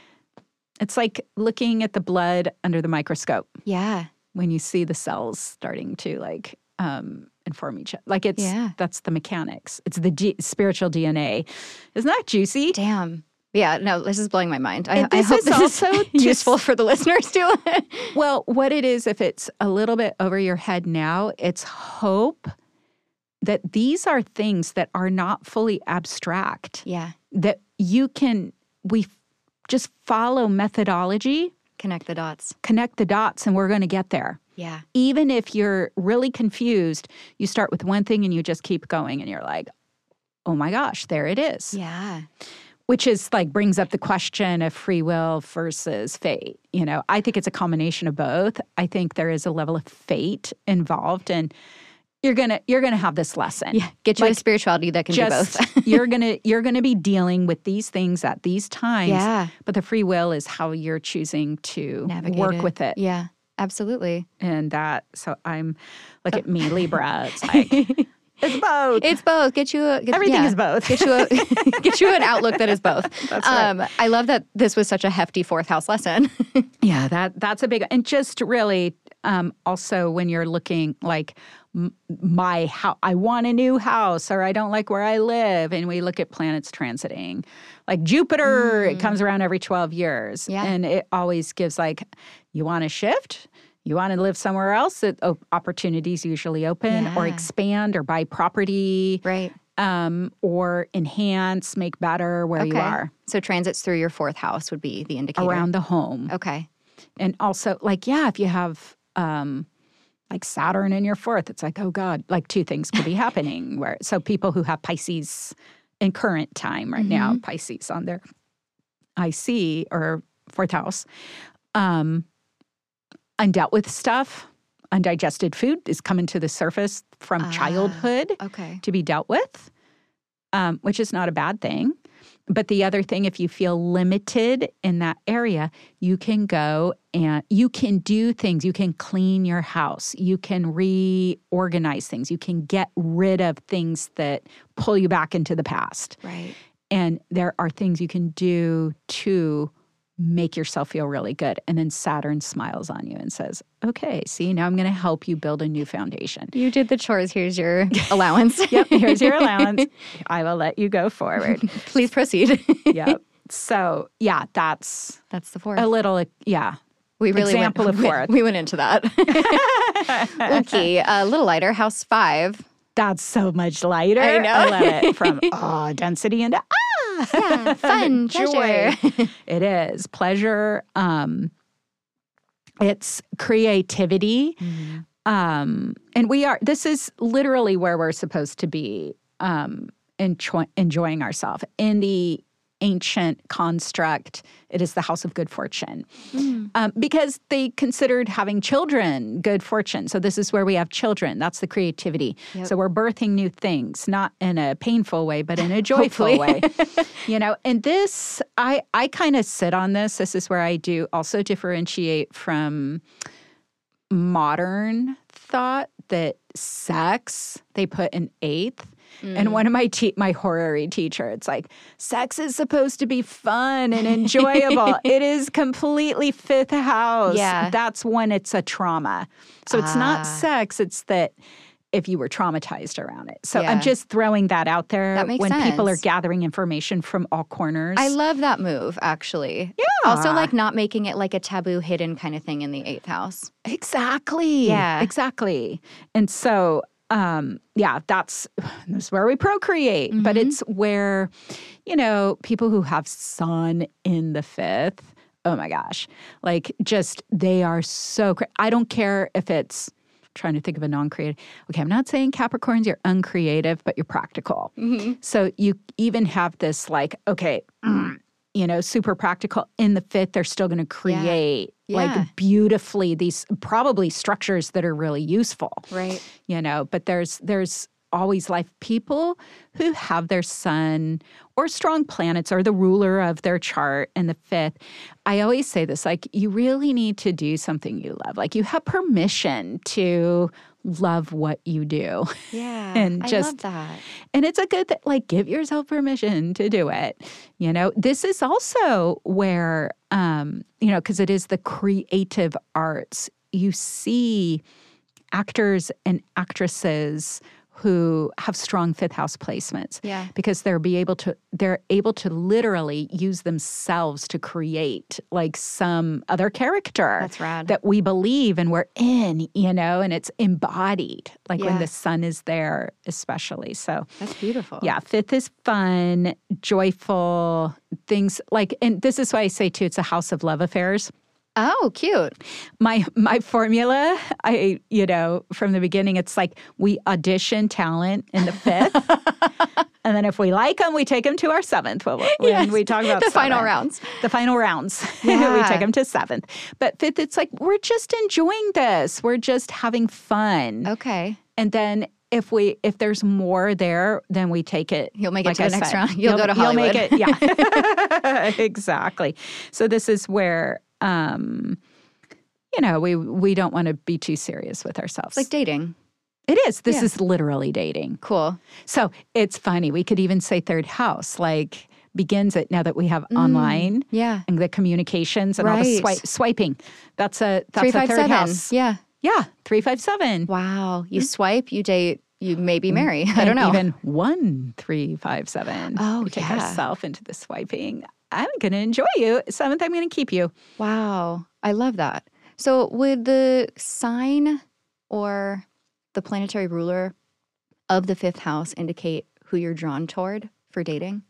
S2: It's like looking at the blood under the microscope
S1: Yeah.
S2: when you see the cells starting to like um, inform each other. Like it's
S1: Yeah.
S2: that's the mechanics. It's the G- spiritual DNA. Isn't that juicy?
S1: Damn. Yeah. No, this is blowing my mind. I,
S2: And
S1: I
S2: this
S1: hope
S2: is
S1: this
S2: also
S1: is useful for the listeners too.
S2: Well, what it is, if it's a little bit over your head now, it's hope that these are things that are not fully abstract,
S1: yeah.
S2: that you can, we f- just follow methodology,
S1: Connect the dots.
S2: connect the dots, and we're going to get there.
S1: Yeah.
S2: Even if you're really confused, you start with one thing and you just keep going, and you're like, oh my gosh, there it is.
S1: Yeah.
S2: Which is like brings up the question of free will versus fate. You know, I think it's a combination of both. I think there is a level of fate involved, and you're gonna you're gonna have this lesson.
S1: Yeah. Get you a
S2: Like,
S1: spirituality that can
S2: Just
S1: do both.
S2: you're gonna you're gonna be dealing with these things at these times.
S1: yeah.
S2: But the free will is how you're choosing to
S1: Navigate
S2: work with it.
S1: Yeah. Absolutely.
S2: And that so I'm look at me, Libra. It's like it's both.
S1: It's both. Get you a, get,
S2: Everything
S1: yeah.
S2: is both.
S1: get you a, get you an outlook that is both. Um,
S2: That's right.
S1: I love that this was such a hefty fourth house lesson.
S2: Yeah, that that's a big and just really um, also when you're looking like m- my how I want a new house or I don't like where I live and we look at planets transiting like Jupiter it comes around every 12 years
S1: Mm. Yeah.
S2: and it always gives like you want to shift you want to live somewhere else that o- opportunities usually open or
S1: Yeah.
S2: expand or buy property
S1: right.
S2: um, or enhance make better where you
S1: Okay.
S2: are
S1: So transits through your fourth house would be the indicator.
S2: around the home
S1: Okay.
S2: and also like yeah if you have um like saturn in your fourth it's like oh god like two things could be happening where so people who have pisces in current time right now pisces on their ic or fourth house um undealt with stuff undigested food is coming to the surface from
S1: Ah.
S2: childhood
S1: Okay.
S2: to be dealt with, um, which is not a bad thing. But the other thing, if you feel limited in that area, you can go and you can do things. You can clean your house. You can reorganize things. You can get rid of things that pull you back into the past.
S1: Right.
S2: And there are things you can do to make yourself feel really good. And then Saturn smiles on you and says, Okay, see, now I'm going to help you build a new foundation.
S1: You did the chores. Here's your allowance.
S2: yep, here's your allowance. I will let you go forward.
S1: Please proceed.
S2: yep. So, yeah, that's
S1: That's the fourth.
S2: a little, yeah.
S1: we really
S2: example
S1: went,
S2: of
S1: we-
S2: fourth.
S1: We, went into that. okay. A little lighter. House five.
S2: That's so much lighter.
S1: I know.
S2: love it. From ah density into ah
S1: Yeah. Fun.
S2: joy.
S1: Pleasure.
S2: it is pleasure. Um, it's creativity. Um, and we are, this is literally where we're supposed to be um, enjoy, enjoying ourselves. In the ancient construct, it is the house of good fortune um, because they considered having children good fortune. So this is where we have children. That's the creativity.
S1: Yep.
S2: So we're birthing new things, not in a painful way, but in a joyful way. you know, and this I I kind of sit on this. This is where I do also differentiate from modern thought that sex they put an eighth.
S1: Mm.
S2: And one of my te- my horary teacher, it's like sex is supposed to be fun and enjoyable. it is completely fifth house.
S1: Yeah.
S2: that's when it's a trauma. So it's
S1: Ah.
S2: not sex. It's that if you were traumatized around it. So
S1: Yeah.
S2: I'm just throwing that out there
S1: That makes
S2: when people are
S1: sense.
S2: gathering information from all corners.
S1: I love that move, actually. Yeah. Also, like not making it like a taboo, hidden kind of thing in the eighth house.
S2: Exactly.
S1: Yeah.
S2: Exactly. And so, um, yeah, that's that's where we procreate. But it's where, you know, people who have sun in the fifth, oh my gosh, like just they are so. Cra- I don't care if it's trying to think of a non-creative. Okay, I'm not saying Capricorns you're uncreative, but you're practical. So you even have this like, okay, mm, you know, super practical in the fifth. They're still going to create
S1: Yeah.
S2: like beautifully these probably structures that are really useful,
S1: Right.
S2: you know. But there's there's always life people who have their sun or strong planets or the ruler of their chart in the fifth. I always say this like you really need to do something you love. Like you have permission to love what you do.
S1: Yeah.
S2: And
S1: I love
S2: just-
S1: that.
S2: And it's a good that like give yourself permission to do it. You know, this is also where um, you know, because it is the creative arts. You see actors and actresses who have strong fifth house placements
S1: Yeah.
S2: because they're be able to they're able to literally use themselves to create like some other character
S1: That's rad.
S2: that we believe and we're in you know and it's embodied like
S1: Yeah.
S2: when the sun is there especially so
S1: That's beautiful.
S2: yeah fifth is fun joyful things like and this is why i say too it's a house of love affairs
S1: Oh, cute.
S2: my my formula i you know from the beginning it's like we audition talent in the fifth and then if we like them we take them to our seventh when, when we talk about
S1: the final
S2: seventh.
S1: rounds.
S2: the final rounds we
S1: Yeah.
S2: take them to seventh but fifth it's like we're just enjoying this we're just having fun
S1: Okay.
S2: and then if we if there's more there, then we take it.
S1: You'll make it
S2: like
S1: to
S2: I
S1: the next
S2: said.
S1: round. You'll go to Hollywood.
S2: You'll make it. Yeah, exactly. So this is where um, you know we we don't want to be too serious with ourselves.
S1: It's like dating.
S2: it is. This
S1: yeah.
S2: is literally dating.
S1: Cool.
S2: So it's funny. We could even say third house, like begins it now that we have online
S1: Yeah.
S2: and the communications and all the
S1: Mm. Right.
S2: swipe, swiping. That's a that's
S1: Three
S2: a
S1: five
S2: third
S1: seven.
S2: house.
S1: Yeah.
S2: Yeah, three five seven.
S1: Wow. You swipe, you date, you Mm. maybe marry. I don't
S2: and
S1: know.
S2: Even one three five seven.
S1: Oh,
S2: we take
S1: yeah.
S2: ourself into the swiping. I'm gonna enjoy you. Seventh, I'm gonna keep you.
S1: wow. I love that. So would the sign or the planetary ruler of the fifth house indicate who you're drawn toward for dating?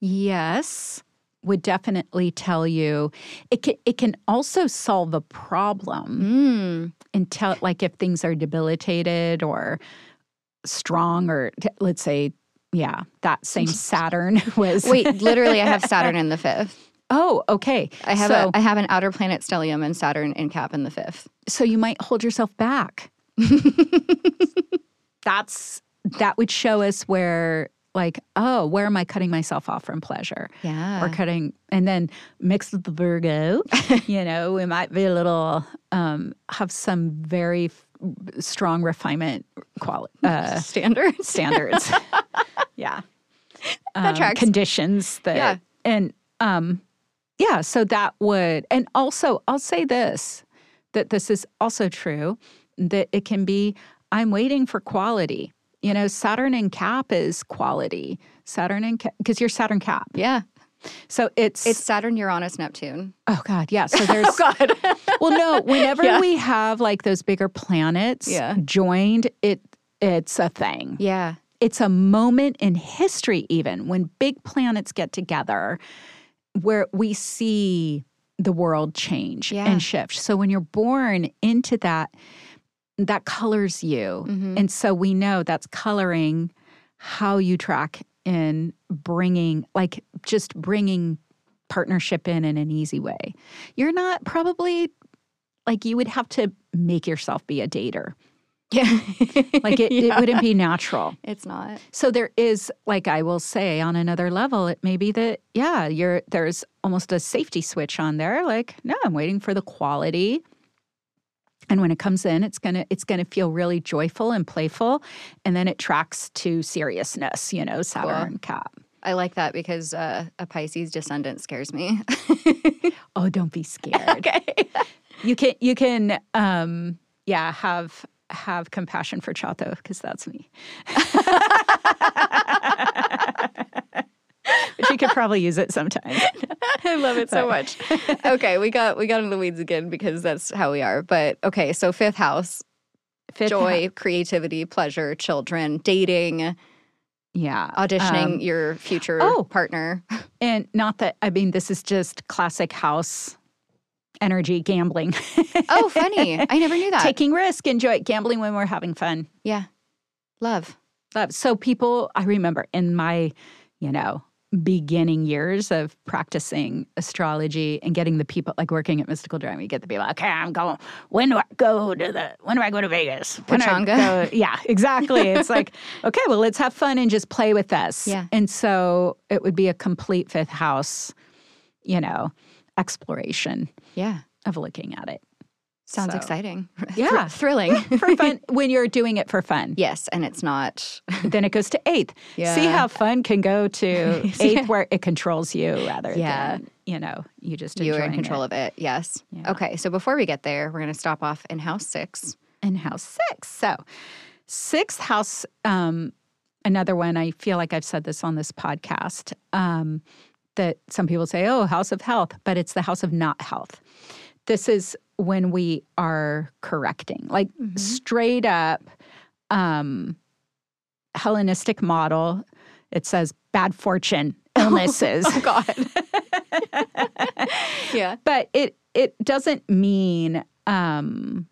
S2: Yes, would definitely tell you. It can it can also solve a problem
S1: Mm.
S2: and tell like if things are debilitated or strong or t- let's say yeah that same Saturn was
S1: Wait, literally I have Saturn in the fifth.
S2: oh okay
S1: I have
S2: so
S1: a I have an outer planet stellium and Saturn in Cap in the fifth.
S2: so you might hold yourself back. That's that would show us where like oh where am I cutting myself off from pleasure
S1: Yeah.
S2: or cutting and then mixed with the Virgo, you know we might be a little um, have some very f- strong refinement quality uh,
S1: Standard.
S2: standards. yeah. Um,
S1: tracks.
S2: Conditions that,
S1: Yeah.
S2: and um, yeah, so that would, and also I'll say this that this is also true that it can be, I'm waiting for quality. You know, Saturn and Cap is quality. Saturn and Cap, because you're Saturn Cap.
S1: Yeah.
S2: So it's,
S1: It's Saturn, Uranus, Neptune.
S2: oh God, yeah. So there's,
S1: God.
S2: well, no, whenever
S1: Yeah.
S2: we have like those bigger planets
S1: Yeah.
S2: joined, it it's a thing
S1: yeah.
S2: it's a moment in history even when big planets get together where we see the world change
S1: Yeah.
S2: and shift. So when you're born into that, that colors you.
S1: Mhm.
S2: And so we know that's coloring how you track in bringing, like just bringing partnership in in an easy way. You're not probably like you would have to make yourself be a dater.
S1: Yeah.
S2: Like it, it wouldn't be natural.
S1: It's not.
S2: So there is, like I will say, on another level, it may be that yeah, you're there's almost a safety switch on there. Like no, I'm waiting for the quality, and when it comes in, it's gonna it's gonna feel really joyful and playful, and then it tracks to seriousness. You know, Saturn
S1: Cool.
S2: cap.
S1: I like that because uh, a Pisces descendant scares me.
S2: Oh, don't be scared. okay, you can you can um yeah have have compassion for Chato because that's me. but you could probably use it sometime.
S1: I love it so much. okay, we got we got into the weeds again because that's how we are. But okay, so fifth house,
S2: Fifth
S1: joy, creativity, pleasure, children, dating,
S2: Yeah.
S1: auditioning
S2: Um,
S1: your future
S2: oh.
S1: partner.
S2: and not that, I mean, this is just classic house energy gambling.
S1: Oh, funny. I never knew that.
S2: Taking risk, enjoy it, gambling when we're having fun.
S1: yeah. Love.
S2: Love. Uh, So, people, I remember in my, you know, beginning years of practicing astrology and getting the people like working at Mystical Dream, you get the people, okay, I'm going, when do I go to the, when do I go to Vegas? When do I
S1: Pechanga.
S2: go Uh, yeah, exactly. It's like, okay, well, let's have fun and just play with this.
S1: Yeah.
S2: And so it would be a complete fifth house, you know, exploration
S1: Yeah.
S2: of looking at it
S1: Sounds
S2: So-
S1: exciting.
S2: Yeah.
S1: thrilling.
S2: for fun when you're doing it for fun.
S1: yes, and it's not.
S2: Then it goes to eighth. See
S1: Yeah.
S2: how fun can go to eighth where it controls you rather
S1: Yeah.
S2: than, you know, you just
S1: You are in
S2: enjoying
S1: control
S2: it.
S1: of it. Yes.
S2: Yeah.
S1: Okay. So before we get there, we're going to stop off in house six.
S2: And house six. So sixth house, um, another one, I feel like I've said this on this podcast, um, that some people say, oh, house of health, but it's the house of not health. This is when we are correcting, like straight up um, Hellenistic model. It says bad fortune, illnesses.
S1: God. yeah.
S2: but it it doesn't mean um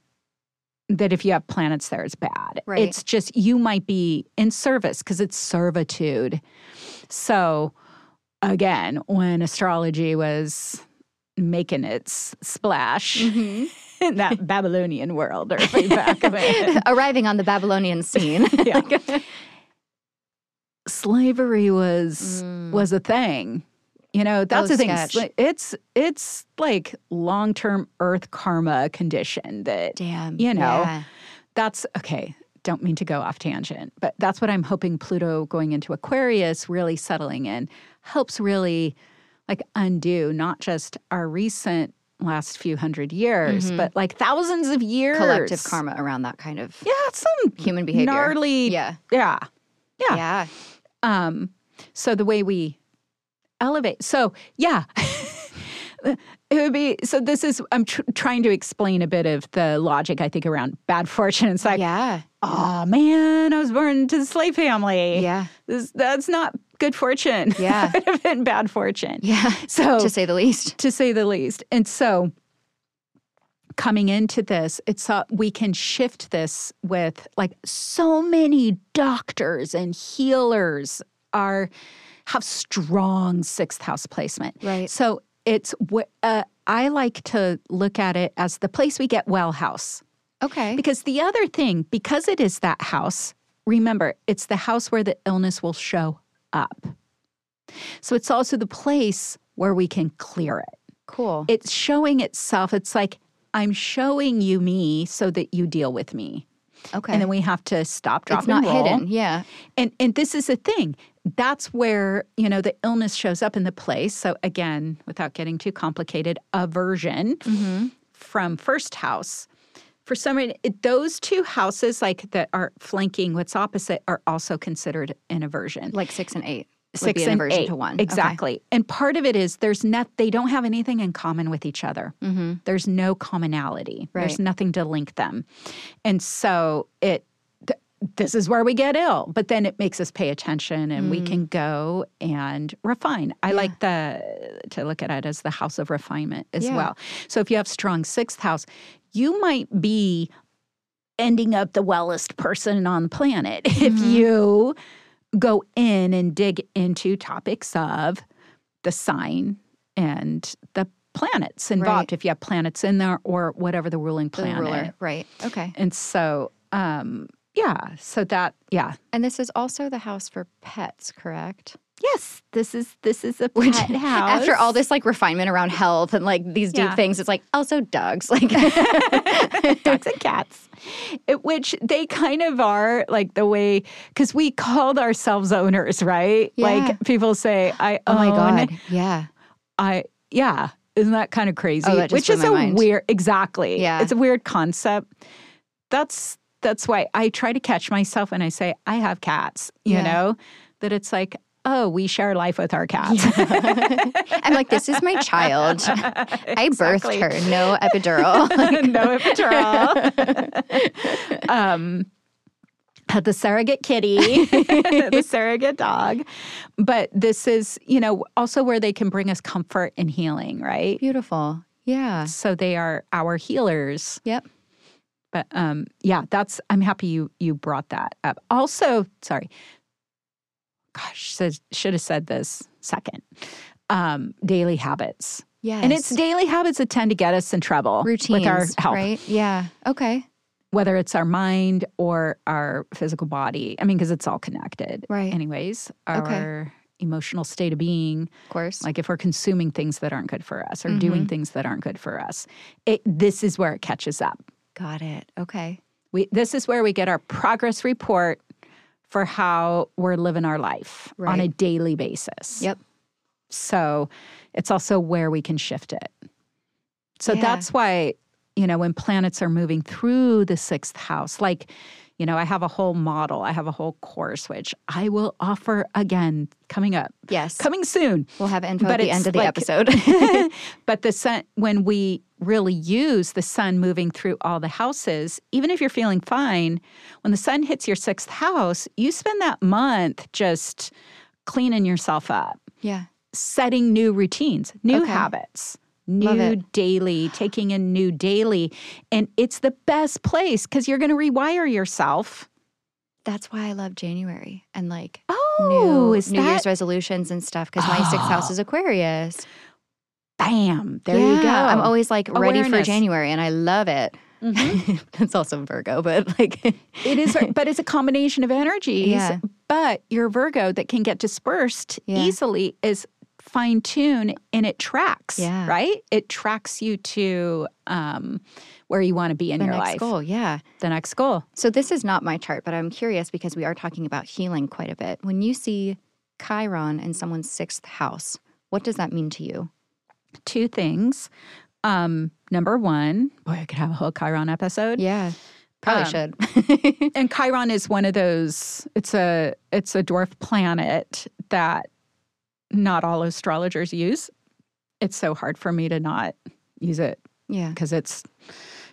S2: that if you have planets there it's bad
S1: Right.
S2: it's just you might be in service because it's servitude so again when astrology was making its splash in that babylonian world or way back when
S1: Arriving on the Babylonian scene.
S2: yeah. slavery was was a thing. You know, that's
S1: Mm. Oh,
S2: the thing.
S1: sketch.
S2: Sla- It's it's like long term earth karma condition that
S1: Damn.
S2: You know.
S1: Yeah.
S2: that's okay. Don't mean to go off tangent, but that's what I'm hoping Pluto going into Aquarius, really settling in, helps really like undo not just our recent last few hundred years, but like thousands of years.
S1: Mm-hmm. Collective karma around that kind of
S2: Yeah, some
S1: human behavior.
S2: gnarly.
S1: Yeah.
S2: Yeah. Yeah.
S1: Yeah.
S2: Um, so the way we elevate, so yeah, it would be. So this is I'm tr- trying to explain a bit of the logic I think around bad fortune. It's like,
S1: Yeah.
S2: oh man, I was born into the slave family.
S1: Yeah.
S2: this, that's not good fortune.
S1: Yeah.
S2: it would have been bad fortune.
S1: Yeah.
S2: So
S1: To say the least.
S2: to say the least. And so coming into this, it's uh, we can shift this with like so many doctors and healers are have strong sixth house placement.
S1: Right.
S2: So it's wh- uh, I like to look at it as the place we get well house.
S1: Okay.
S2: Because the other thing, because it is that house, remember, it's the house where the illness will show up. So it's also the place where we can clear it
S1: cool.
S2: it's showing itself. It's like, I'm showing you me so that you deal with me.
S1: okay.
S2: And then we have to stop, drop,
S1: it's not
S2: and roll.
S1: hidden. Yeah.
S2: And, and this is the thing. That's where, you know, the illness shows up in the place. So again, without getting too complicated, aversion
S1: Mm-hmm.
S2: from first house. For some reason, it- those two houses, like that are flanking what's opposite, are also considered an aversion
S1: Like six and eight. would
S2: six
S1: be an
S2: and
S1: aversion
S2: eight.
S1: to one. Okay.
S2: exactly and part of it is there's not they don't have anything in common with each other there's no commonality
S1: Mm-hmm. Right.
S2: there's nothing to link them and so it th- this is where we get ill. But then it makes us pay attention and we
S1: Mm.
S2: can go and refine. I like the to look at it as the house of refinement as
S1: Yeah.
S2: well. So if you have strong sixth house, you might be ending up the wellest person on the planet if you go in and dig into topics of the sign and the planets
S1: Right.
S2: involved if you have planets in there or whatever the ruling
S1: The
S2: planet
S1: ruler. Right. Okay.
S2: and so, um, yeah, so that, yeah.
S1: And this is also the house for pets, correct?
S2: Yes, this is this is a pet
S1: Which,
S2: house.
S1: After all this like refinement around health and like these deep
S2: Yeah.
S1: things, it's like also dogs. Like oh
S2: dogs and cats, It- which they kind of are like the way because we called ourselves owners, right?
S1: Yeah.
S2: Like people say, "I
S1: Oh
S2: own,
S1: my god. Yeah.
S2: I yeah." Isn't that kind of crazy?
S1: Oh, that just
S2: which
S1: blew
S2: is
S1: my
S2: a
S1: mind.
S2: weird, exactly.
S1: Yeah.
S2: it's a weird concept. That's that's why I try to catch myself when I say I have cats. You
S1: Yeah.
S2: know that it's like, oh, we share life with our cats.
S1: I'm like, this is my child. I birthed her, no epidural.
S2: no epidural. um, had the surrogate kitty, the surrogate dog. But this is, you know, also where they can bring us comfort and healing, right?
S1: Beautiful. Yeah.
S2: So they are our healers.
S1: Yep.
S2: But um, yeah, that's I'm happy you you brought that up. Also, sorry. Gosh, said- should have said this second. Um, daily habits.
S1: Yes.
S2: And it's daily habits that tend to get us in trouble
S1: routines
S2: with our health.
S1: right? Yeah. Okay.
S2: whether it's our mind or our physical body. I mean, because it's all connected.
S1: Right.
S2: Anyways,
S1: Okay.
S2: our emotional state of being,
S1: Of course.
S2: like if we're consuming things that aren't good for
S1: Mm-hmm.
S2: us or doing things that aren't good for us, it, this is where it catches up.
S1: Got it. Okay.
S2: We, this is where we get our progress report for how we're living our life on a
S1: Right.
S2: daily basis.
S1: Yep.
S2: So it's also where we can shift it. So
S1: Yeah.
S2: that's why, you know, when planets are moving through the sixth house, like, you know, I have a whole model, I have a whole course, which I will offer again coming up,
S1: Yes.
S2: coming soon.
S1: We'll have info
S2: But
S1: at the
S2: it's
S1: end of the
S2: like-
S1: episode.
S2: but the sun, when we really use the sun moving through all the houses, even if you're feeling fine, when the sun hits your sixth house, you spend that month just cleaning yourself up.
S1: yeah.
S2: setting new routines, new
S1: Okay.
S2: habits,
S1: Love
S2: new
S1: it.
S2: daily, taking in new daily. And it's the best place because you're going to rewire yourself.
S1: That's why I love January and like
S2: Oh,
S1: new,
S2: is
S1: New
S2: that? Ah.
S1: Year's resolutions and stuff because my sixth house is Aquarius.
S2: Bam. There you
S1: Yeah,
S2: go.
S1: I'm always like ready for
S2: Awareness. Mm-hmm.
S1: January and I love it. it's also Virgo, but like,
S2: it is, but it's a combination of energies.
S1: Yeah.
S2: But your Virgo that can get dispersed
S1: Yeah.
S2: easily is fine tuned and it tracks,
S1: Yeah.
S2: right? It tracks you to um, where you want to be in
S1: the
S2: your
S1: next
S2: life,
S1: goal. Yeah.
S2: the next goal.
S1: So this is not my chart, but I'm curious because we are talking about healing quite a bit. When you see Chiron in someone's sixth house, what does that mean to you?
S2: two things. Um, number one, boy, I could have a whole Chiron episode.
S1: Yeah. Um, Probably should.
S2: And Chiron is one of those. It's a it's a dwarf planet that not all astrologers use. It's so hard for me to not use it
S1: yeah.
S2: because it's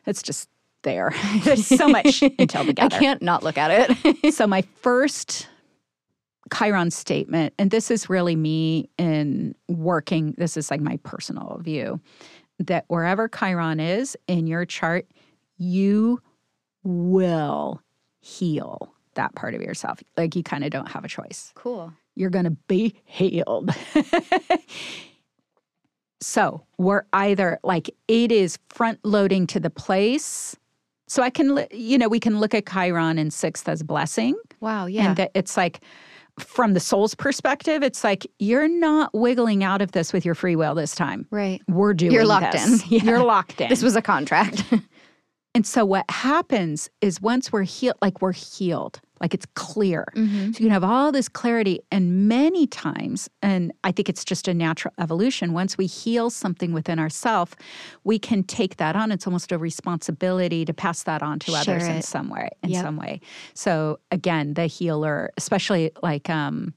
S2: it's just there. There's so much until
S1: I
S2: together.
S1: can't not look at it.
S2: so my first Chiron statement, and this is really me in working, this is like my personal view that wherever Chiron is in your chart, you will heal that part of yourself. Like you kind of don't have a choice.
S1: cool.
S2: You're going to be healed. so we're either like it is front loading to the place. So I can, li- you know, we can look at Chiron in sixth as blessing.
S1: Wow. Yeah.
S2: And that it's like, from the soul's perspective, it's like you're not wiggling out of this with your free will this time.
S1: right.
S2: We're doing
S1: You're locked
S2: this.
S1: in. Yeah.
S2: You're locked in.
S1: This was a contract.
S2: and so what happens is once we're healed, like we're healed, like it's clear.
S1: Mhm.
S2: So you can have all this clarity. And many times, and I think it's just a natural evolution, once we heal something within ourselves, we can take that on. It's almost a responsibility to pass that on to
S1: Share
S2: others in
S1: it.
S2: some way. In
S1: Yep.
S2: some way. So again, the healer, especially like um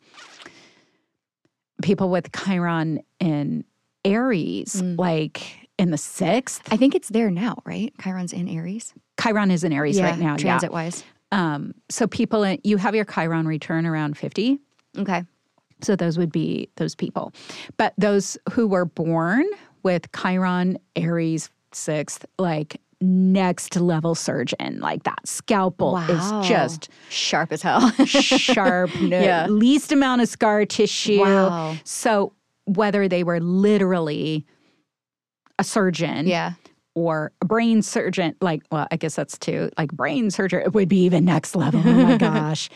S2: people with Chiron in Aries,
S1: Mm.
S2: like in the sixth.
S1: I think it's there now, right? Chiron's in Aries.
S2: Chiron is in Aries right now. Yeah.
S1: Transit wise.
S2: Um, so people, in- you have your Chiron return around 50.
S1: Okay.
S2: So those would be those people. But those who were born with Chiron, Aries, sixth, like next level surgeon, like that scalpel
S1: Wow.
S2: is just
S1: Sharp as hell.
S2: sharp, no,
S1: Yeah.
S2: least amount of scar tissue.
S1: Wow.
S2: So whether they were literally a surgeon
S1: yeah.
S2: or a brain surgeon, like, well, I guess that's too, like brain surgery it would be even next level. Oh my gosh.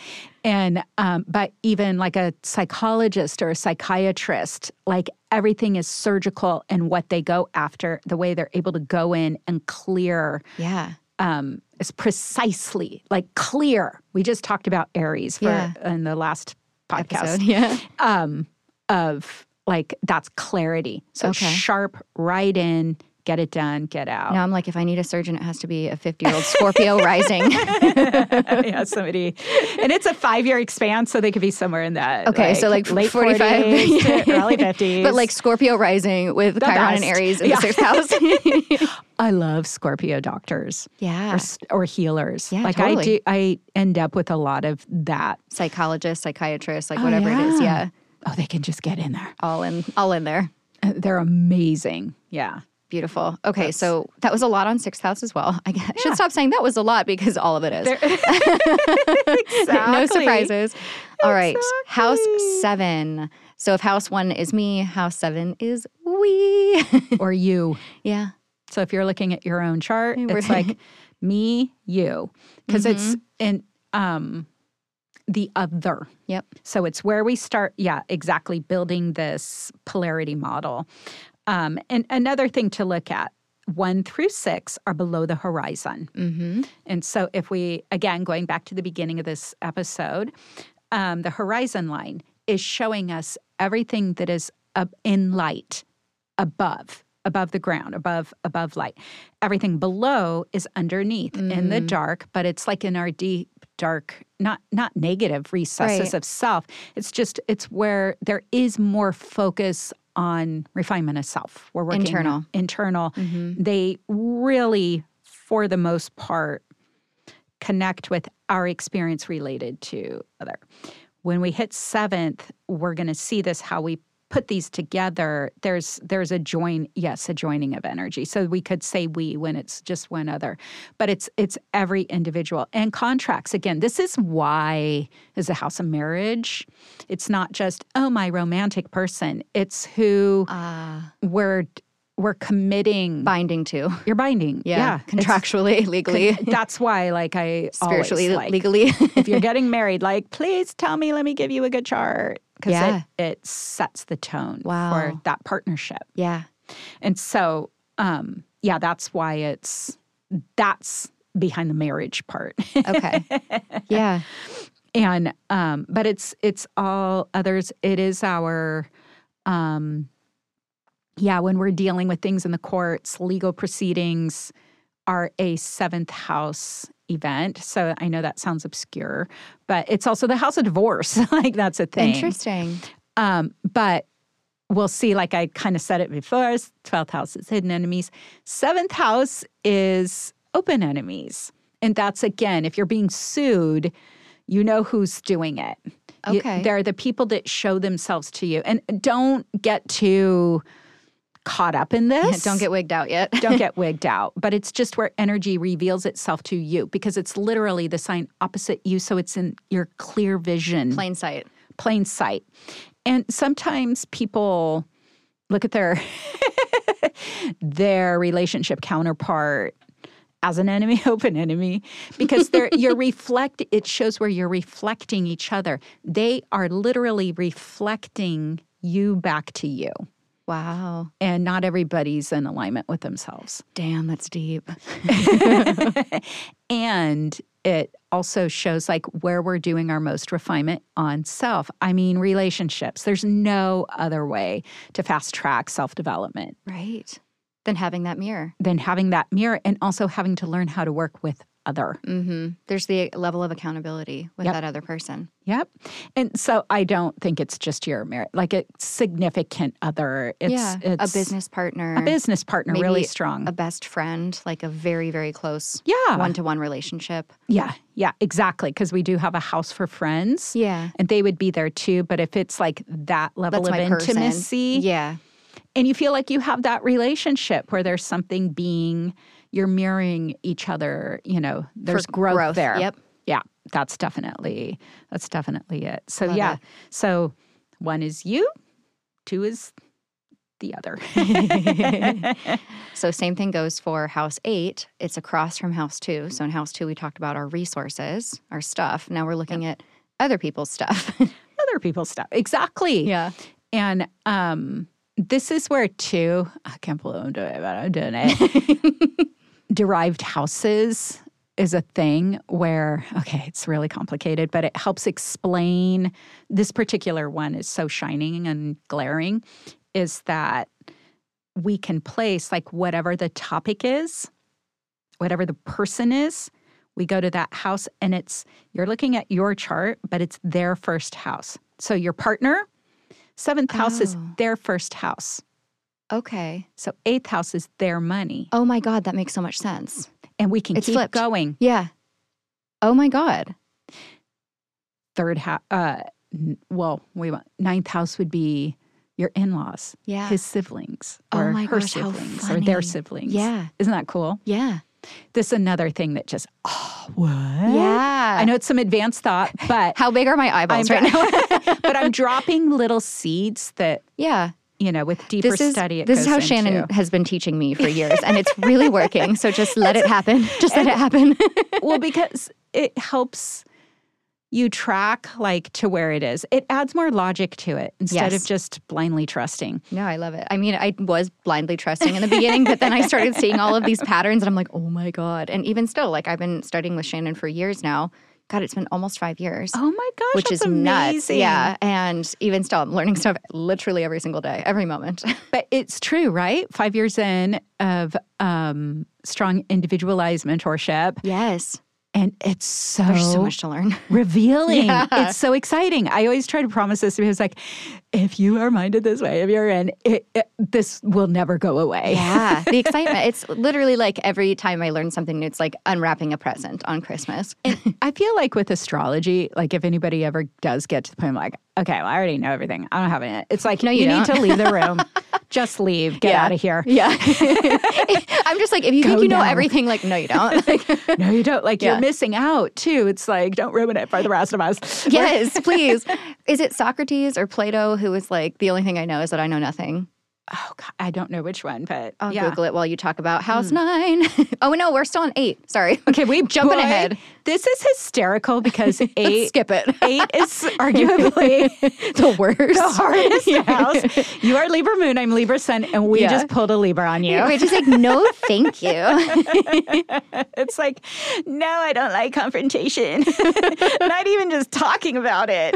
S2: And, um, but even like a psychologist or a psychiatrist, like everything is surgical and what they go after, the way they're able to go in and clear
S1: Yeah.
S2: um, is precisely like clear. We just talked about Aries for
S1: Yeah.
S2: in the last podcast
S1: Episode. Yeah.
S2: um, of like that's clarity. So
S1: Okay.
S2: sharp, right in, get it done, get out.
S1: Now I'm like, if I need a surgeon, it has to be a 50 year old Scorpio rising.
S2: yeah, somebody, and it's a five-year expanse, so they could be somewhere in that.
S1: Okay, so like
S2: late
S1: 45.
S2: 40s to early fifties.
S1: but like Scorpio rising with Chiron and
S2: best.
S1: Aries in
S2: Yeah.
S1: the sixth house.
S2: I love Scorpio doctors or,
S1: yeah.
S2: s- or healers.
S1: Yeah,
S2: like I
S1: totally.
S2: do, I end up with a lot of that.
S1: Psychologist, psychiatrist, like whatever it is. Yeah.
S2: Oh, they can just get in there.
S1: All in all in there.
S2: Uh, They're amazing. Yeah.
S1: Beautiful. Okay, so that was a lot on sixth house as well. I guess- I should stop saying that was a lot because all of it is. no
S2: Exactly.
S1: surprises. All right, house seven. So if house one is me, house seven is we.
S2: or you.
S1: yeah.
S2: So if you're looking at your own chart,
S1: we're-
S2: it's like me, you, because it's in um, the other.
S1: Yep.
S2: So it's where we start. Yeah, exactly. Building this polarity model. Um, and another thing to look at: one through six are below the horizon.
S1: Mm-hmm.
S2: And so, if we, again, going back to the beginning of this episode, um, the horizon line is showing us everything that is up in light above, above the ground, above, above light. Everything below is underneath in
S1: Mm.
S2: the dark, but it's like in our deep, dark, not not negative recesses
S1: Right.
S2: of self. It's just it's where there is more focus on refinement of self. We're working
S1: Internal. Mm-hmm.
S2: internal. They really, for the most part, connect with our experience related to other. When we hit seventh, we're going to see this how we put these together. There's there's a join, yes, a joining of energy. So we could say we when it's just one other, but it's it's every individual and contracts. Again, this is why is a house of marriage. It's not just oh my romantic person. It's who
S1: Uh,
S2: we're we're committing.
S1: binding to.
S2: You're binding.
S1: Yeah.
S2: it's-
S1: Contractually, legally,
S2: That's why, like, I
S1: spiritually,
S2: always, like,
S1: legally.
S2: if you're getting married, like, please tell me, let me give you a good chart. Because
S1: Yeah.
S2: it, it sets the tone
S1: Wow.
S2: for that partnership.
S1: yeah.
S2: And so, um, yeah, that's why it's that's behind the marriage part.
S1: Okay. yeah.
S2: and um, but it's it's all others. It is our um yeah, when we're dealing with things in the courts, legal proceedings are a seventh house event. So I know that sounds obscure, but it's also the house of divorce. like that's a thing.
S1: Interesting.
S2: Um, but we'll see, like I kind of said it before, s- 12th house is hidden enemies. Seventh house is open enemies. And that's again, if you're being sued, you know who's doing it. You-
S1: Okay.
S2: they're the people that show themselves to you. And don't get too caught up in this.
S1: Don't get wigged out yet.
S2: don't get wigged out, but it's just where energy reveals itself to you because it's literally the sign opposite you. So it's in your clear vision
S1: Plain sight.
S2: plain sight. And sometimes people look at their their relationship counterpart as an enemy, open enemy, because they're you're reflect it shows where you're reflecting each other. They are literally reflecting you back to you.
S1: Wow.
S2: And not everybody's in alignment with themselves.
S1: Damn, that's deep.
S2: And it also shows like where we're doing our most refinement on self. I mean, relationships. There's no other way to fast track self development
S1: Right. Then having that mirror.
S2: than having that mirror and also having to learn how to work with other.
S1: hmm There's the level of accountability with
S2: Mm-hmm. Yep.
S1: that other person.
S2: Yep. And so I don't think it's just your marriage, like a significant other. It's,
S1: yeah,
S2: it's
S1: a business partner,
S2: a business partner,
S1: Maybe
S2: really strong.
S1: a best friend, like a very very close
S2: yeah.
S1: one to one relationship.
S2: yeah. Yeah. Exactly. Because we do have a house for friends.
S1: Yeah,
S2: And they would be there too. But if it's like that level
S1: that's
S2: of
S1: my
S2: intimacy,
S1: person. Yeah,
S2: and you feel like you have that relationship where there's something being, you're mirroring each other, you know, there's growth,
S1: growth,
S2: there.
S1: yep.
S2: Yeah. That's definitely, that's definitely it. So,
S1: Love
S2: yeah.
S1: it.
S2: So one is you, two is the other.
S1: So same thing goes for house eight. It's across from house two. So in house two, we talked about our resources, our stuff. Now we're looking at other people's stuff.
S2: other people's stuff. Exactly. And um, this is where two, I can't believe I'm doing it, but I'm doing it. Derived houses is a thing where, okay, it's really complicated, but it helps explain this particular one is so shining and glaring is that we can place like whatever the topic is, whatever the person is. We go to that house and it's, you're looking at your chart, but it's their first house. So your partner, seventh house is
S1: Oh.
S2: their first house.
S1: Okay.
S2: So eighth house is their money.
S1: Oh my God, that makes so much sense.
S2: And we can
S1: It's
S2: keep
S1: flipped.
S2: going.
S1: Yeah. Oh my God.
S2: Third house, uh, n- well, we want, ninth house would be your in laws,
S1: Yeah.
S2: his siblings,
S1: Oh
S2: or
S1: my
S2: her
S1: gosh, how
S2: siblings, or their
S1: funny.
S2: siblings.
S1: yeah.
S2: Isn't that cool?
S1: Yeah.
S2: This is another thing that just, oh, what?
S1: Yeah.
S2: I know it's some advanced thought, but
S1: How big are my eyeballs
S2: I'm
S1: right now?
S2: now. but I'm dropping little seeds that,
S1: yeah.
S2: you know, with deeper
S1: This is
S2: study, it
S1: this is
S2: goes
S1: how
S2: into.
S1: Shannon has been teaching me for years, and it's really working. So just let it happen. Just let it happen.
S2: well, because it helps you track like to where it is. It adds more logic to it instead
S1: Yes.
S2: of just blindly trusting.
S1: No, I love it. I mean, I was blindly trusting in the beginning, but then I started seeing all of these patterns and I'm like, oh my God. And even still, like I've been studying with Shannon for years now. God, it's been almost five years.
S2: Oh my gosh,
S1: Which
S2: that's
S1: is nuts.
S2: amazing.
S1: Yeah. And even still, I'm learning stuff literally every single day, every moment.
S2: But it's true, right? Five years in of um, strong individualized mentorship,
S1: Yes.
S2: and it's so,
S1: There's so much to learn.
S2: revealing.
S1: Yeah.
S2: It's so exciting. I always try to promise this because, like, if you are minded this way, if you're in, it, it, this will never go away.
S1: Yeah. The excitement. It's literally like every time I learn something new, it's like unwrapping a present on Christmas.
S2: I feel like with astrology, like if anybody ever does get to the point, like, okay, well, I already know everything. I don't have any. It's like,
S1: No, you
S2: need
S1: don't.
S2: to leave the room. Just leave. Get
S1: Yeah.
S2: out of here.
S1: Yeah. I'm just like, if you
S2: Go
S1: think you know
S2: now.
S1: everything, like, no, you don't. Like,
S2: No, you don't. Like
S1: Yeah.
S2: you're missing out too. It's like, don't ruin it for the rest of us.
S1: Yes, please. Is it Socrates or Plato who was like, the only thing I know is that I know nothing?
S2: Oh, God, I don't know which one, but
S1: I'll
S2: yeah.
S1: Google it while you talk about house
S2: Hmm.
S1: nine. oh, no, we're still on eight. Sorry.
S2: Okay, we
S1: Jumping
S2: boy,
S1: ahead.
S2: This is hysterical because
S1: Let's
S2: eight
S1: skip it.
S2: eight is arguably
S1: the worst.
S2: the hardest house. You are Libra Moon, I'm Libra Sun, and we
S1: Yeah.
S2: just pulled a Libra on you.
S1: We're just like, no, thank you.
S2: It's like, no, I don't like confrontation. Not even just talking about it.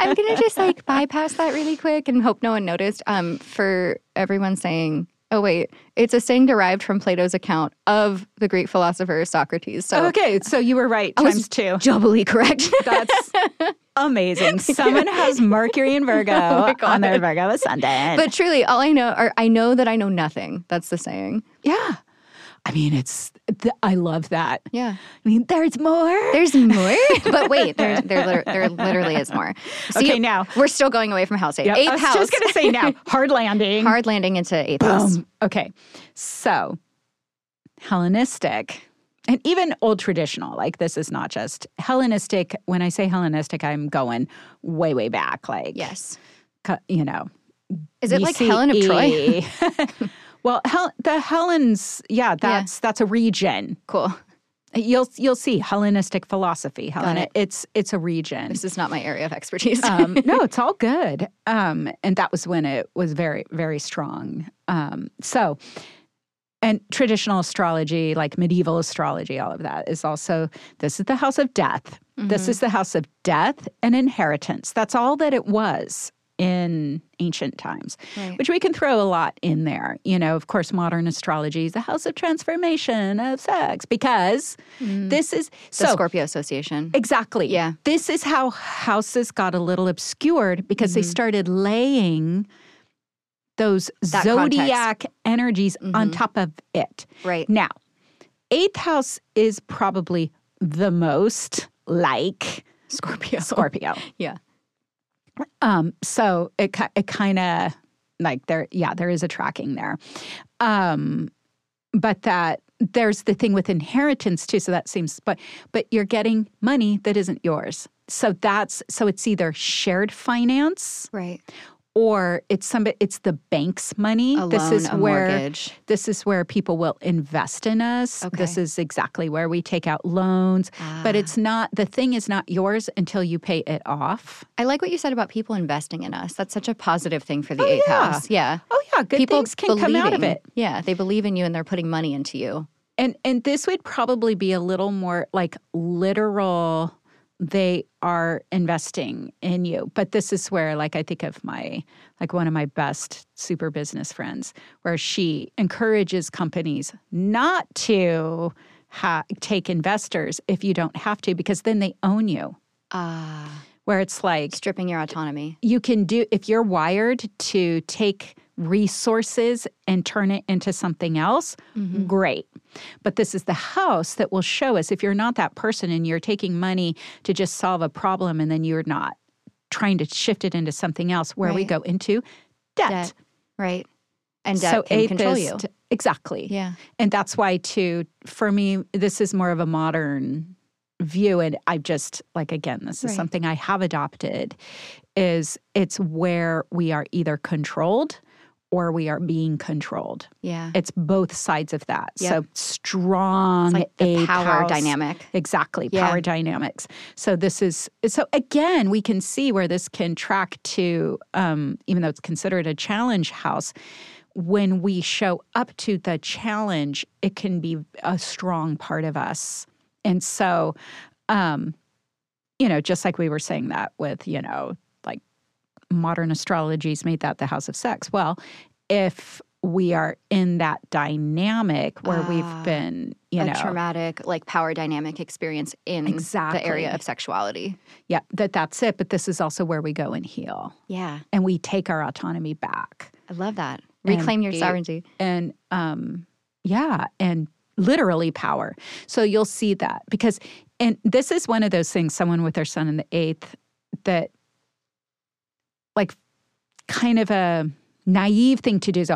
S1: I'm gonna just like bypass that really quick and hope no one noticed. Um, for everyone saying, "Oh wait, it's a saying derived from Plato's account of the Greek philosopher Socrates." So
S2: Okay, so you were right.
S1: was-
S2: Times two.
S1: doubly correct.
S2: That's amazing. Someone has Mercury in Virgo on their Virgo ascendant.
S1: Oh but truly, all I know, or I know that I know nothing. That's the saying.
S2: yeah, I mean, it's th- I love that.
S1: Yeah.
S2: I mean, there's more.
S1: There's more, but wait, there, there, liter- there literally is more. See,
S2: Okay, now-
S1: we're still going away from house eight.
S2: Yep,
S1: Eighth
S2: I was
S1: house,
S2: just gonna say now, hard landing.
S1: hard landing into eighth house.
S2: Um, okay. So, Hellenistic and even old traditional, like this is not just Hellenistic. When I say Hellenistic, I'm going way, way back. Like,
S1: Yes,
S2: cu- you know,
S1: is it like
S2: E.
S1: Helen of Troy?
S2: BCE. E. well, Hel- the Hellenes, yeah, that's that's a region.
S1: Cool.
S2: You'll you'll see Hellenistic philosophy. Hellen,
S1: it.
S2: it's it's a region.
S1: This is not my area of expertise.
S2: um, no, it's all good. Um, and that was when it was very, very strong. Um, so, and traditional astrology, like medieval astrology, all of that is also this is the house of death. This is the house of death and inheritance. That's all that it was in ancient times,
S1: Right.
S2: which we can throw a lot in there. You know, of course, modern astrology is a house of transformation of sex because this is
S1: The
S2: so
S1: Scorpio Association.
S2: Exactly.
S1: Yeah.
S2: This is how houses got a little obscured because
S1: Mm-hmm.
S2: they started laying those
S1: That context. Mm-hmm.
S2: zodiac energies on top of it.
S1: Right.
S2: Now, eighth house is probably the most like
S1: Scorpio.
S2: Scorpio.
S1: Yeah.
S2: Um, so it ki- it kind of like there, yeah, there is a tracking there, um, but that there's the thing with inheritance too. So that seems, but but you're getting money that isn't yours. So that's so it's either shared finance
S1: Right.
S2: or it's somebody it's the bank's money.
S1: A
S2: this
S1: loan,
S2: is
S1: a
S2: where
S1: mortgage.
S2: this is where people will invest in us. This
S1: Okay.
S2: is exactly where we take out loans. But it's not the thing is not yours until you pay it off.
S1: I like what you said about people investing in us. That's such a positive thing for the eighth
S2: Oh, yeah.
S1: house. Yeah.
S2: Oh yeah, good
S1: people
S2: things can come out of
S1: believing.
S2: it.
S1: Yeah, they believe in you and they're putting money into you.
S2: And and this would probably be a little more like literal they are investing in you. But this is where like I think of my like one of my best super business friends where she encourages companies not to ha- take investors if you don't have to because then they own you.
S1: Ah,
S2: Where it's like
S1: stripping your autonomy.
S2: you can do if you're wired to take resources and turn it into something else
S1: Mm-hmm.
S2: great but this is the house that will show us if you're not that person and you're taking money to just solve a problem and then you're not trying to shift it into something else where we
S1: Right.
S2: go into debt,
S1: Debt. Right. And debt
S2: so
S1: can control you.
S2: atheist- exactly
S1: Yeah.
S2: and that's why too for me this is more of a modern view and i've just like again this is
S1: Right.
S2: something i have adopted is it's where we are either controlled or we are being controlled
S1: Yeah.
S2: it's both sides of that
S1: Yep.
S2: so strong
S1: It's like the
S2: eighth
S1: power
S2: house-
S1: dynamic.
S2: exactly
S1: Yeah.
S2: power dynamics so this is so again we can see where this can track to um, even though it's considered a challenge house when we show up to the challenge it can be a strong part of us and so um, you know just like we were saying that with you know like modern astrology's made that the house of sex well if we are in that dynamic where
S1: Ah,
S2: we've been you
S1: a
S2: know
S1: traumatic like power dynamic experience in the
S2: Exactly.
S1: area of sexuality.
S2: Yeah, that that's it. But this is also where we go and heal,
S1: Yeah.
S2: and we take our autonomy back,
S1: I love that.
S2: And
S1: Reclaim your
S2: be-
S1: sovereignty.
S2: and um, yeah, and literally power. So you'll see that because, and this is one of those things. Someone with their son in the eighth that, like, kind of a naive thing to do is,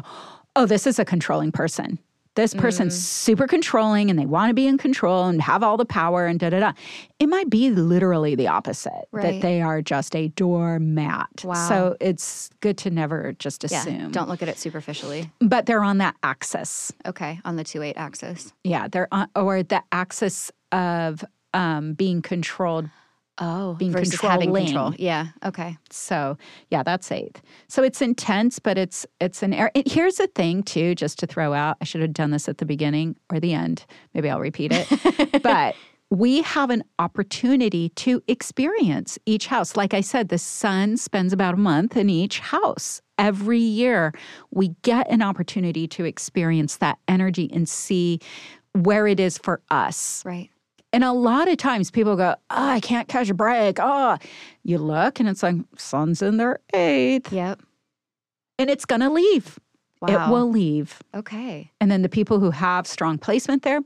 S2: oh, this is a controlling person. This person's
S1: Mm.
S2: super controlling and they want to be in control and have all the power and da da da. It might be literally the opposite
S1: Right.
S2: that they are just a doormat.
S1: Wow.
S2: So it's good to never just
S1: Yeah.
S2: assume.
S1: Don't look at it superficially.
S2: But they're on that axis.
S1: Okay. On the two eight axis.
S2: Yeah, they're on, or the axis of um, being controlled.
S1: Oh,
S2: Being
S1: versus having control.
S2: controlling.
S1: Yeah. Okay.
S2: So yeah, that's eighth. So it's intense, but it's it's an. It, here's the thing too, just to throw out. I should have done this at the beginning or the end. Maybe I'll repeat it. but we have an opportunity to experience each house. Like I said, the sun spends about a month in each house. Every year, we get an opportunity to experience that energy and see where it is for us.
S1: Right.
S2: And a lot of times people go, oh, I can't catch a break. Oh, you look and it's like, sun's in their eighth
S1: Yep.
S2: and it's going to leave.
S1: Wow.
S2: It will leave.
S1: Okay.
S2: And then the people who have strong placement there,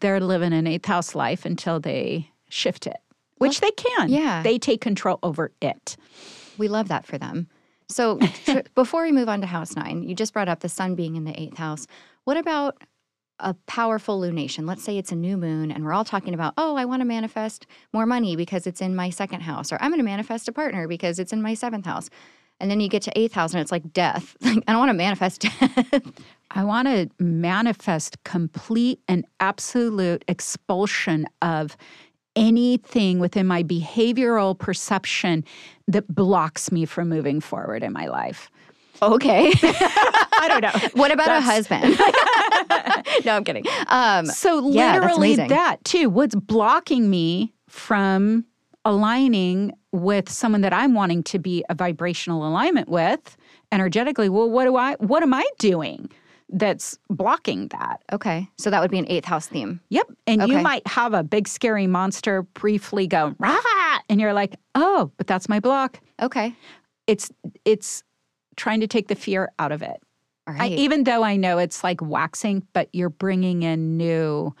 S2: they're living an eighth house life until they shift it, which they can.
S1: yeah.
S2: They take control over it.
S1: We love that for them. So, tr- before we move on to house nine, you just brought up the sun being in the eighth house. What about a powerful lunation? Let's say it's a new moon, and we're all talking about, oh, I want to manifest more money because it's in my second house, or I'm going to manifest a partner because it's in my seventh house. And then you get to eighth house, and it's like death. Like, I don't want to manifest death.
S2: I want to manifest complete and absolute expulsion of anything within my behavioral perception that blocks me from moving forward in my life.
S1: okay.
S2: I don't know.
S1: what about a
S2: That's-
S1: husband? no, I'm kidding. Um,
S2: So
S1: Yeah, that's
S2: literally
S1: amazing.
S2: that too. What's blocking me from aligning with someone that I'm wanting to be a vibrational alignment with energetically, well, what do I what am I doing that's blocking that?
S1: Okay. So that would be an eighth house theme.
S2: Yep. And you
S1: Okay.
S2: might have a big scary monster briefly go, rah, and you're like, oh, but that's my block.
S1: Okay.
S2: It's it's trying to take the fear out of it.
S1: All
S2: I, e-,
S1: right.
S2: even though I know it's like waxing, but you're bringing in new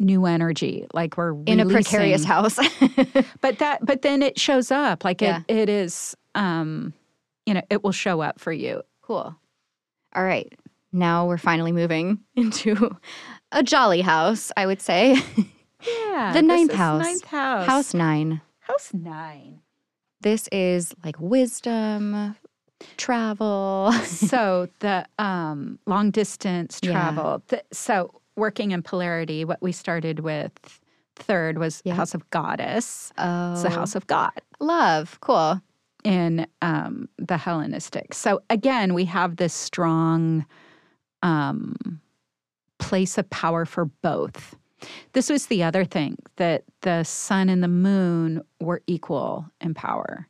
S2: new energy. Like we're
S1: in a precarious
S2: releasing-
S1: house.
S2: But that but then it shows up. Like
S1: Yeah.
S2: it, it is um you know, it will show up for you.
S1: cool. All right. Now we're finally moving into a jolly house, I would say.
S2: Yeah.
S1: The
S2: this
S1: ninth
S2: is
S1: house.
S2: Ninth house.
S1: House nine.
S2: house nine.
S1: This is like wisdom, travel.
S2: so the um, long distance
S1: Yeah.
S2: travel. Th- so working in polarity, what we started with third was
S1: Yeah.
S2: House of Goddess.
S1: Oh,
S2: It's the House of God
S1: love. Cool.
S2: in um, the Hellenistic. So again, we have this strong um, place of power for both. This was the other thing that the sun and the moon were equal in power.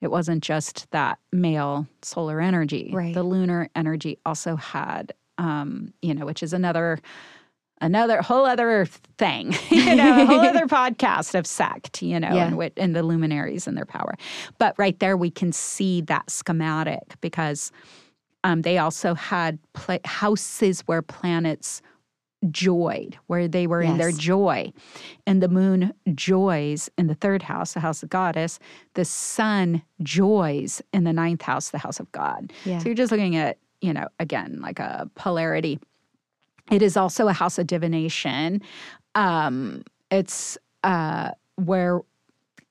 S2: It wasn't just that male solar energy.
S1: Right.
S2: The lunar energy also had, um, you know, which is another, another whole other thing, you know, a whole other podcast of sect, you know,
S1: Yeah.
S2: and, wit- and the luminaries and their power. But right there, we can see that schematic because um, they also had pla- houses where planets joyed, where they were in their
S1: Yes.
S2: joy. And the moon joys in the third house, the house of goddess. The sun joys in the ninth house, the house of God.
S1: Yeah.
S2: So you're just looking at, you know, again, like a polarity. It is also a house of divination. Um, it's uh, where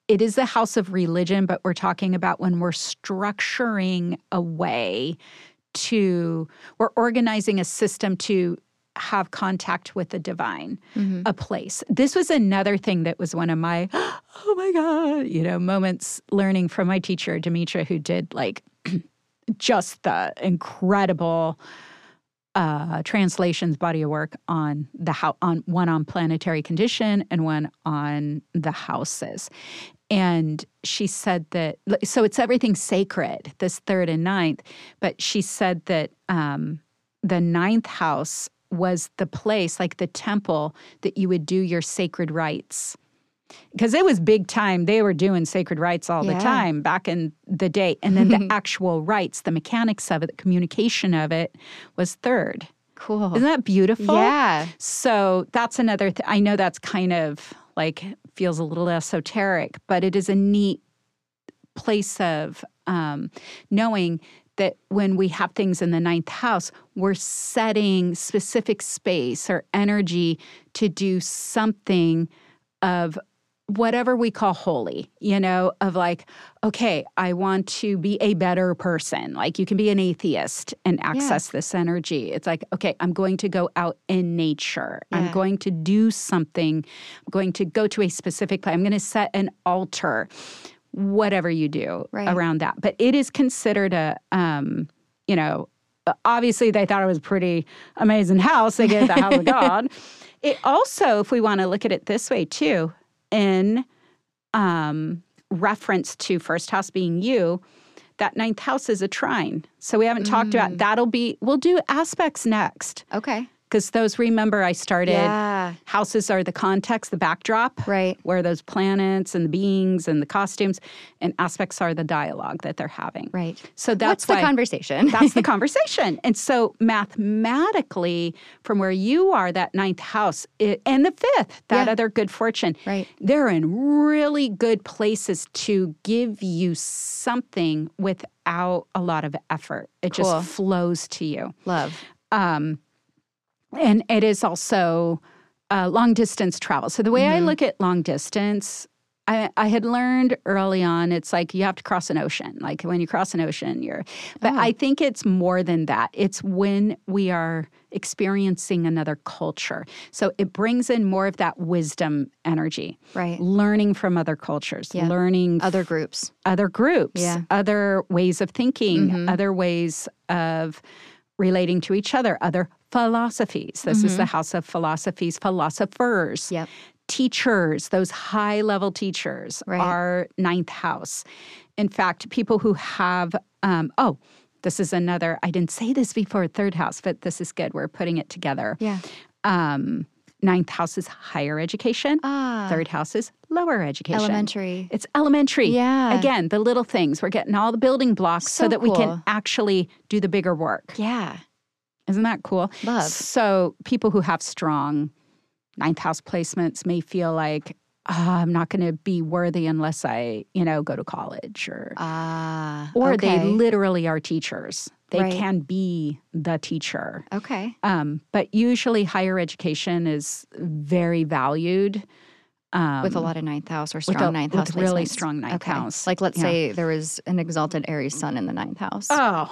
S2: it is the house of religion, but we're talking about when we're structuring a way to, we're organizing a system to have contact with the divine,
S1: Mhm.
S2: a place. This was another thing that was one of my, oh my God, you know, moments learning from my teacher, Demetra, who did like just the incredible uh, translations body of work on the how on one on planetary condition and one on the houses and she said that like, so it's everything sacred this third and ninth but she said that um, the ninth house was the place like the temple that you would do your sacred rites because it was big time they were doing sacred rites all
S1: Yeah.
S2: the time back in the day and then the actual rites the mechanics of it the communication of it was third
S1: Cool.
S2: isn't that beautiful
S1: Yeah.
S2: so that's another thing. I know that's kind of like feels a little esoteric, but it is a neat place of um, knowing that when we have things in the ninth house, we're setting specific space or energy to do something of whatever we call holy, you know, of like, okay, I want to be a better person. Like you can be an atheist and access this energy. It's like, okay, I'm going to go out in nature. I'm
S1: Yeah.
S2: going to do something. I'm going to go to a specific place. I'm going to set an altar. Whatever you do
S1: Right.
S2: around that. But it is considered a um, you know, obviously they thought it was a pretty amazing house. They gave it the house of God. It also, if we want to look at it this way too, in um, reference to first house being you, that ninth house is a trine. So we haven't talked
S1: Mm.
S2: about that'll be we'll do aspects next
S1: Okay.
S2: because those remember I started
S1: Yeah.
S2: houses are the context, the backdrop
S1: Right.
S2: where those planets and the beings and the costumes and aspects are the dialogue that they're having.
S1: Right.
S2: So that's
S1: What's the
S2: why-
S1: conversation?
S2: that's the conversation. And so mathematically, from where you are, that ninth house i- and the fifth, that
S1: Yeah.
S2: other good fortune,
S1: Right.
S2: they're in really good places to give you something without a lot of effort. It
S1: Cool.
S2: just flows to you.
S1: Love.
S2: And it is also uh, long distance travel. So the way
S1: Mm-hmm.
S2: I look at long distance, I, I had learned early on, it's like you have to cross an ocean. Like when you cross an ocean, you're. But
S1: Ah.
S2: I think it's more than that. It's when we are experiencing another culture. So it brings in more of that wisdom energy,
S1: Right.
S2: learning from other cultures,
S1: Yeah.
S2: learning
S1: Other groups.
S2: other groups,
S1: Yeah. Mm-hmm.
S2: other ways of thinking, other ways of relating to each other, other philosophies. This is the house of philosophies, philosophers,
S1: Mm-hmm. Yep.
S2: teachers, those high level teachers,
S1: Right.
S2: are ninth house. In fact, people who have, um, oh, this is another, I didn't say this before, third house, but this is good. We're putting it together.
S1: Yeah.
S2: Um, ninth house is higher education,
S1: Ah.
S2: third house is lower education.
S1: Elementary.
S2: It's elementary.
S1: Yeah.
S2: Again, the little things. We're getting all the building blocks so,
S1: So
S2: that we
S1: cool.
S2: can actually do the bigger work.
S1: Yeah.
S2: Isn't that cool?
S1: Love.
S2: So people who have strong ninth house placements may feel like, "Ah, I'm not going to be worthy unless I, you know, go to college or
S1: Ah.
S2: or they
S1: okay.
S2: literally are teachers. They
S1: Right.
S2: can be the teacher.
S1: Okay.
S2: Um, but usually higher education is very valued. Um,
S1: with a lot of ninth house or
S2: a-
S1: strong ninth
S2: with
S1: house.
S2: really
S1: placements.
S2: strong ninth
S1: okay.
S2: house.
S1: Like let's
S2: Yeah.
S1: say there was an exalted Aries sun in the ninth house.
S2: Oh,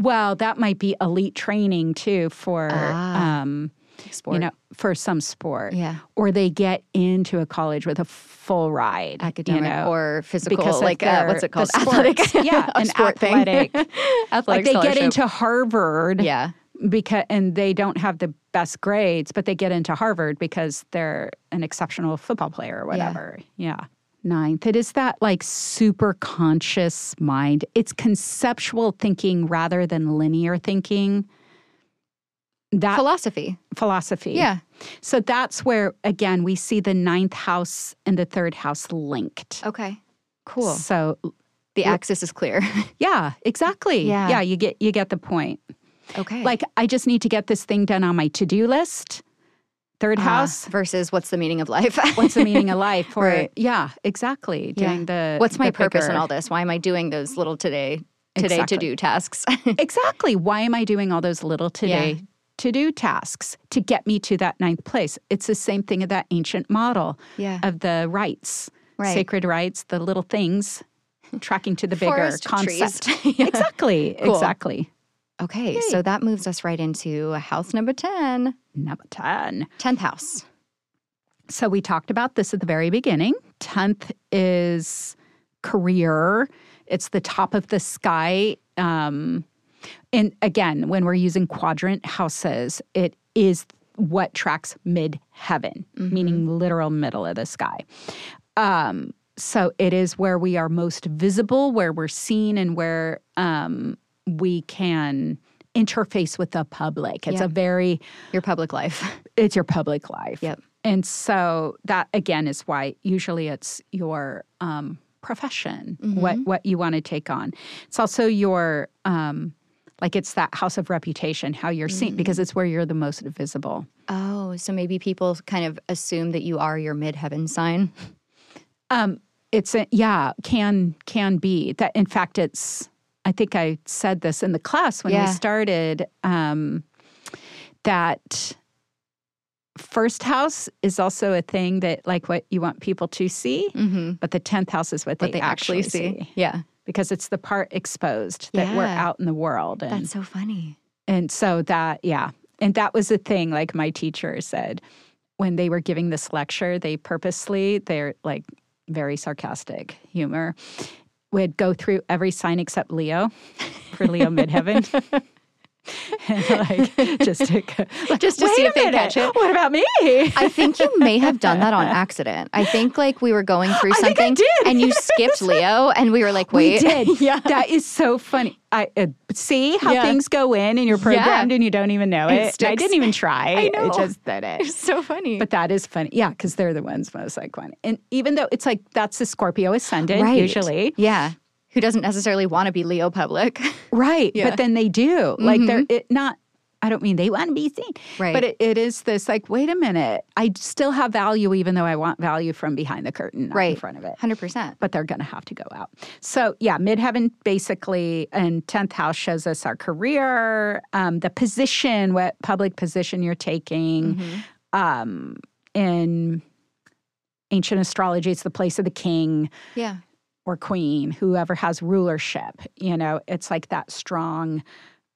S2: well, that might be elite training too for,
S1: Ah.
S2: um,
S1: Sport.
S2: you know, for some sport.
S1: Yeah.
S2: Or they get into a college with a full ride,
S1: academic
S2: you know,
S1: or physical,
S2: because of
S1: like uh,
S2: their-
S1: what's it
S2: the
S1: called? Athletic.
S2: sports. yeah,
S1: A
S2: an
S1: sport thing.
S2: athletic.
S1: athletic
S2: like they get
S1: scholarship.
S2: into Harvard,
S1: Yeah.
S2: because and they don't have the best grades, but they get into Harvard because they're an exceptional football player or whatever. Yeah. Ninth, it is that like super conscious mind. It's conceptual thinking rather than linear thinking. That
S1: Philosophy.
S2: philosophy.
S1: Yeah.
S2: So that's where, again, we see the ninth house and the third house linked.
S1: Okay. Oh, Cool.
S2: So,
S1: The axis is clear.
S2: yeah, exactly.
S1: Yeah.
S2: yeah, you get you get the point.
S1: okay.
S2: Like, I just need to get this thing done on my to do list. Third
S1: Ah,
S2: house,
S1: versus what's the meaning of life?
S2: Uh, what's the meaning of life? Or
S1: Right.
S2: yeah, exactly.
S1: Yeah.
S2: Doing the
S1: What's my
S2: the
S1: purpose in
S2: bigger-
S1: all this? Why am I doing those little today today
S2: Exactly.
S1: to do tasks?
S2: Exactly. Why am I doing all those little today to do tasks to get me to that ninth place? It's the same thing of that ancient model
S1: yeah.
S2: of the rites,
S1: Right.
S2: sacred rites, the little things, tracking to the bigger
S1: Forest trees.
S2: concept.
S1: Yeah.
S2: Exactly.
S1: Cool.
S2: Exactly.
S1: Okay, so that moves us right into house number 10,
S2: Number ten.
S1: 10th house.
S2: So we talked about this at the very beginning. 10th is career, it's the top of the sky. Um, and again, when we're using quadrant houses, it is what tracks mid heaven, meaning literal middle of the sky. Um, so it is where we are most visible, where we're seen, and where um, we can interface with the public. It's
S1: Yeah.
S2: a very
S1: Your public life.
S2: it's your public life.
S1: Yep.
S2: And so that again is why usually it's your um, profession, what what you want to take on. It's also your um, like it's that house of reputation, how you're seen, because it's where you're the most visible.
S1: Oh, so maybe people kind of assume that you are your midheaven sign.
S2: Um, it's a, yeah, can can be that. In fact, it's. I think I said this in the class when
S1: Yeah.
S2: we started. Um, that first house is also a thing that like what you want people to see, but the tenth house is what,
S1: Mm-hmm. What they actually see. Yeah.
S2: because it's the part exposed that we're
S1: Yeah.
S2: out in the world, and
S1: That's so funny.
S2: and so that, yeah. And that was the thing, like my teacher said when they were giving this lecture, they purposely, they're like very sarcastic humor, would go through every sign except Leo for Leo Midheaven. and like just to, go- like,
S1: Just to
S2: "Wait
S1: see
S2: a
S1: if they
S2: minute,
S1: catch it."
S2: What about me?
S1: I think you may have done that on accident. I think like we were going through
S2: I think I
S1: something
S2: did.
S1: and you skipped Leo and we were like,
S2: we
S1: wait.
S2: did. yeah. That is so funny. I uh, see how
S1: Yeah.
S2: things go in and you're programmed and you don't even know
S1: It
S2: it. I
S1: sticks.
S2: didn't even try.
S1: I know.
S2: I just did it.
S1: so funny.
S2: But that is funny. Yeah, because they're the ones most like funny. And even though it's like that's the Scorpio ascendant
S1: right.
S2: usually.
S1: Yeah. Who doesn't necessarily want to be Leo public.
S2: Right.
S1: Yeah.
S2: But then they do. Like they're it not I don't mean they want to be seen.
S1: Right.
S2: But it, it is this like, wait a minute, I still have value even though I want value from behind the curtain, not in
S1: Right.
S2: front of it.
S1: 100%.
S2: But they're gonna have to go out. So yeah, midheaven basically and tenth house shows us our career, um, the position, what public position you're taking. Um in ancient astrology, it's the place of the king
S1: Yeah.
S2: or queen, whoever has rulership. You know, it's like that strong.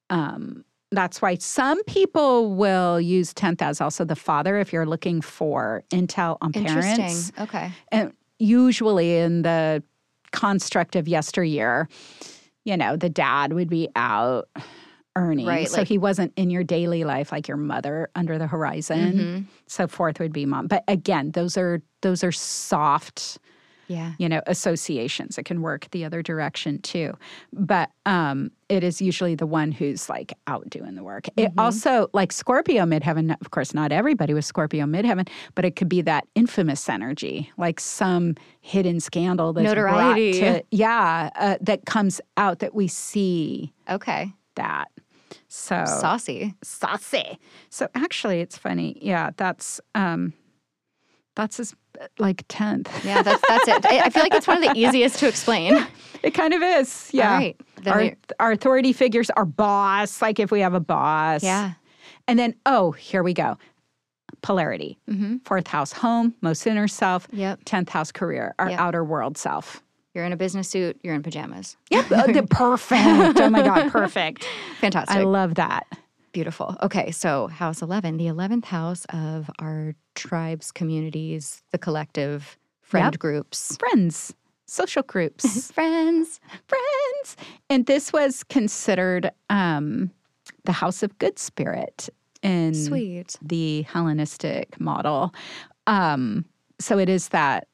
S2: Um, that's why some people will use 10th as also the father if you're looking for intel on
S1: Interesting.
S2: parents.
S1: Okay.
S2: And usually in the construct of yesteryear, you know, the dad would be out earning.
S1: Right,
S2: so
S1: like-
S2: he wasn't in your daily life like your mother under the horizon.
S1: Mm-hmm.
S2: So fourth would be mom. But again, those are those are soft
S1: Yeah.
S2: you know associations it can work the other direction too but um it is usually the one who's like out doing the work it also like scorpio midheaven of course not everybody was scorpio midheaven but it could be that infamous energy like some hidden scandal that's brought
S1: Notoriety.
S2: to, yeah uh, that comes out that we see
S1: Okay.
S2: that so
S1: Saucy.
S2: saucy. So actually, it's funny. Yeah, that's um, that's his uh, like tenth.
S1: Yeah, that's that's it. I I feel like it's one of the easiest to explain.
S2: It kind of is. Yeah.
S1: right. Then
S2: Our,
S1: we-
S2: our authority figures, our boss, like if we have a boss.
S1: Yeah.
S2: And then, oh, here we go. Polarity. Fourth house, home, most inner self.
S1: Mm-hmm. Yep.
S2: Tenth house, career, our
S1: Yep.
S2: outer world self.
S1: You're in a business suit, you're in pajamas.
S2: Yep. the perfect. Oh my God, perfect.
S1: Fantastic.
S2: I love that.
S1: Beautiful. Okay, so house 11, the 11th house of our tribes, communities, the collective, friend
S2: Yep.
S1: groups,
S2: Friends, social groups.
S1: friends.
S2: friends. And this was considered um, the house of good spirit in
S1: Sweet.
S2: the Hellenistic model. Um, so it is that,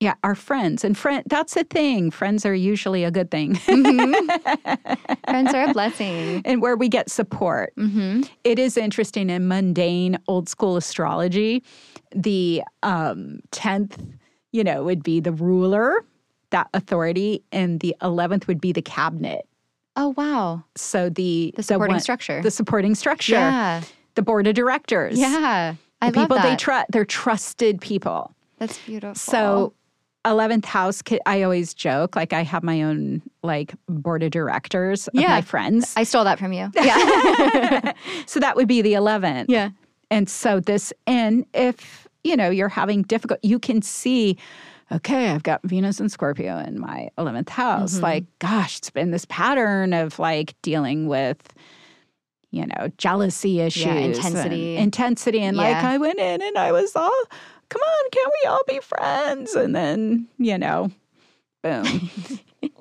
S2: yeah, our friends and friend. That's a thing. Friends are usually a good thing,
S1: friends are a blessing.
S2: and where we get support.
S1: hmm
S2: It is interesting in mundane old school astrology. The um, tenth, you know, would be the ruler, that authority, and the eleventh would be the cabinet.
S1: Oh, wow.
S2: So the
S1: The supporting
S2: one-
S1: structure.
S2: the supporting structure,
S1: Yeah.
S2: the board of directors,
S1: Yeah. I
S2: the
S1: love
S2: people they
S1: that.
S2: trust, they're trusted people.
S1: That's beautiful.
S2: So. 11th house could, I always joke like I have my own like board of directors of
S1: Yeah.
S2: my friends.
S1: I stole that from you. Yeah.
S2: so that would be the 11th.
S1: yeah.
S2: And so this and if you know you're having difficult you can see okay, I've got Venus and Scorpio in my 11th house.
S1: Mm-hmm.
S2: Like gosh, it's been this pattern of like dealing with you know, jealousy issues, and
S1: intensity.
S2: intensity, and like
S1: Yeah.
S2: I went in and I was all, come on, can we all be friends? And then you know, boom,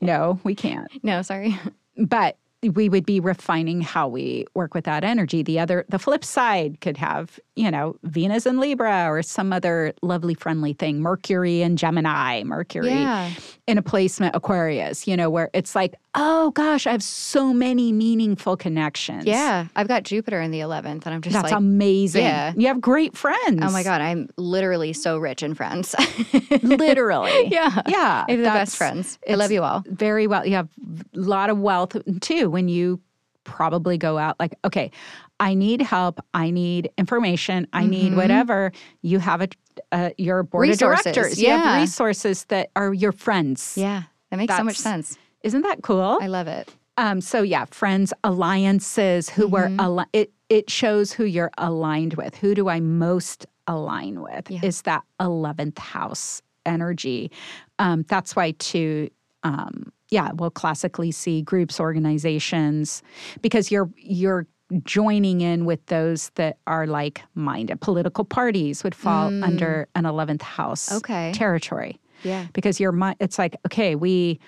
S2: no, we can't
S1: No, sorry.
S2: but we would be refining how we work with that energy the other the flip side could have you know venus and libra or some other lovely friendly thing mercury and gemini mercury
S1: Yeah.
S2: in a placement aquarius you know where it's like oh gosh i have so many meaningful connections
S1: Yeah. I've got Jupiter in the 11th, and I'm just
S2: that's
S1: like,
S2: amazing
S1: yeah.
S2: you have great friends
S1: oh my God, I'm literally so rich in friends.
S2: literally
S1: yeah.
S2: yeah
S1: I have the best
S2: that's-
S1: friends. I love
S2: it's
S1: you all.
S2: very well. You have a lot of wealth too when you probably go out like, okay, I need help. I need information. I need whatever. You have a, uh, your board
S1: Mm-hmm. Resources,
S2: of directors. You
S1: yeah.
S2: have resources that are your friends.
S1: Yeah. That makes so much
S2: That's-
S1: sense.
S2: Isn't that cool?
S1: I love it.
S2: Um, so yeah, friends, alliances, who were
S1: Mm-hmm.
S2: ali- it it shows who you're aligned with. Who do I most align with?
S1: Yeah.
S2: Is that eleventh house energy? Um, that's why too. Um, yeah, we'll classically see groups, organizations, because you're you're joining in with those that are like minded. Political parties would fall under an eleventh house
S1: Mm. Okay.
S2: territory
S1: Yeah.
S2: because your mind it's like okay we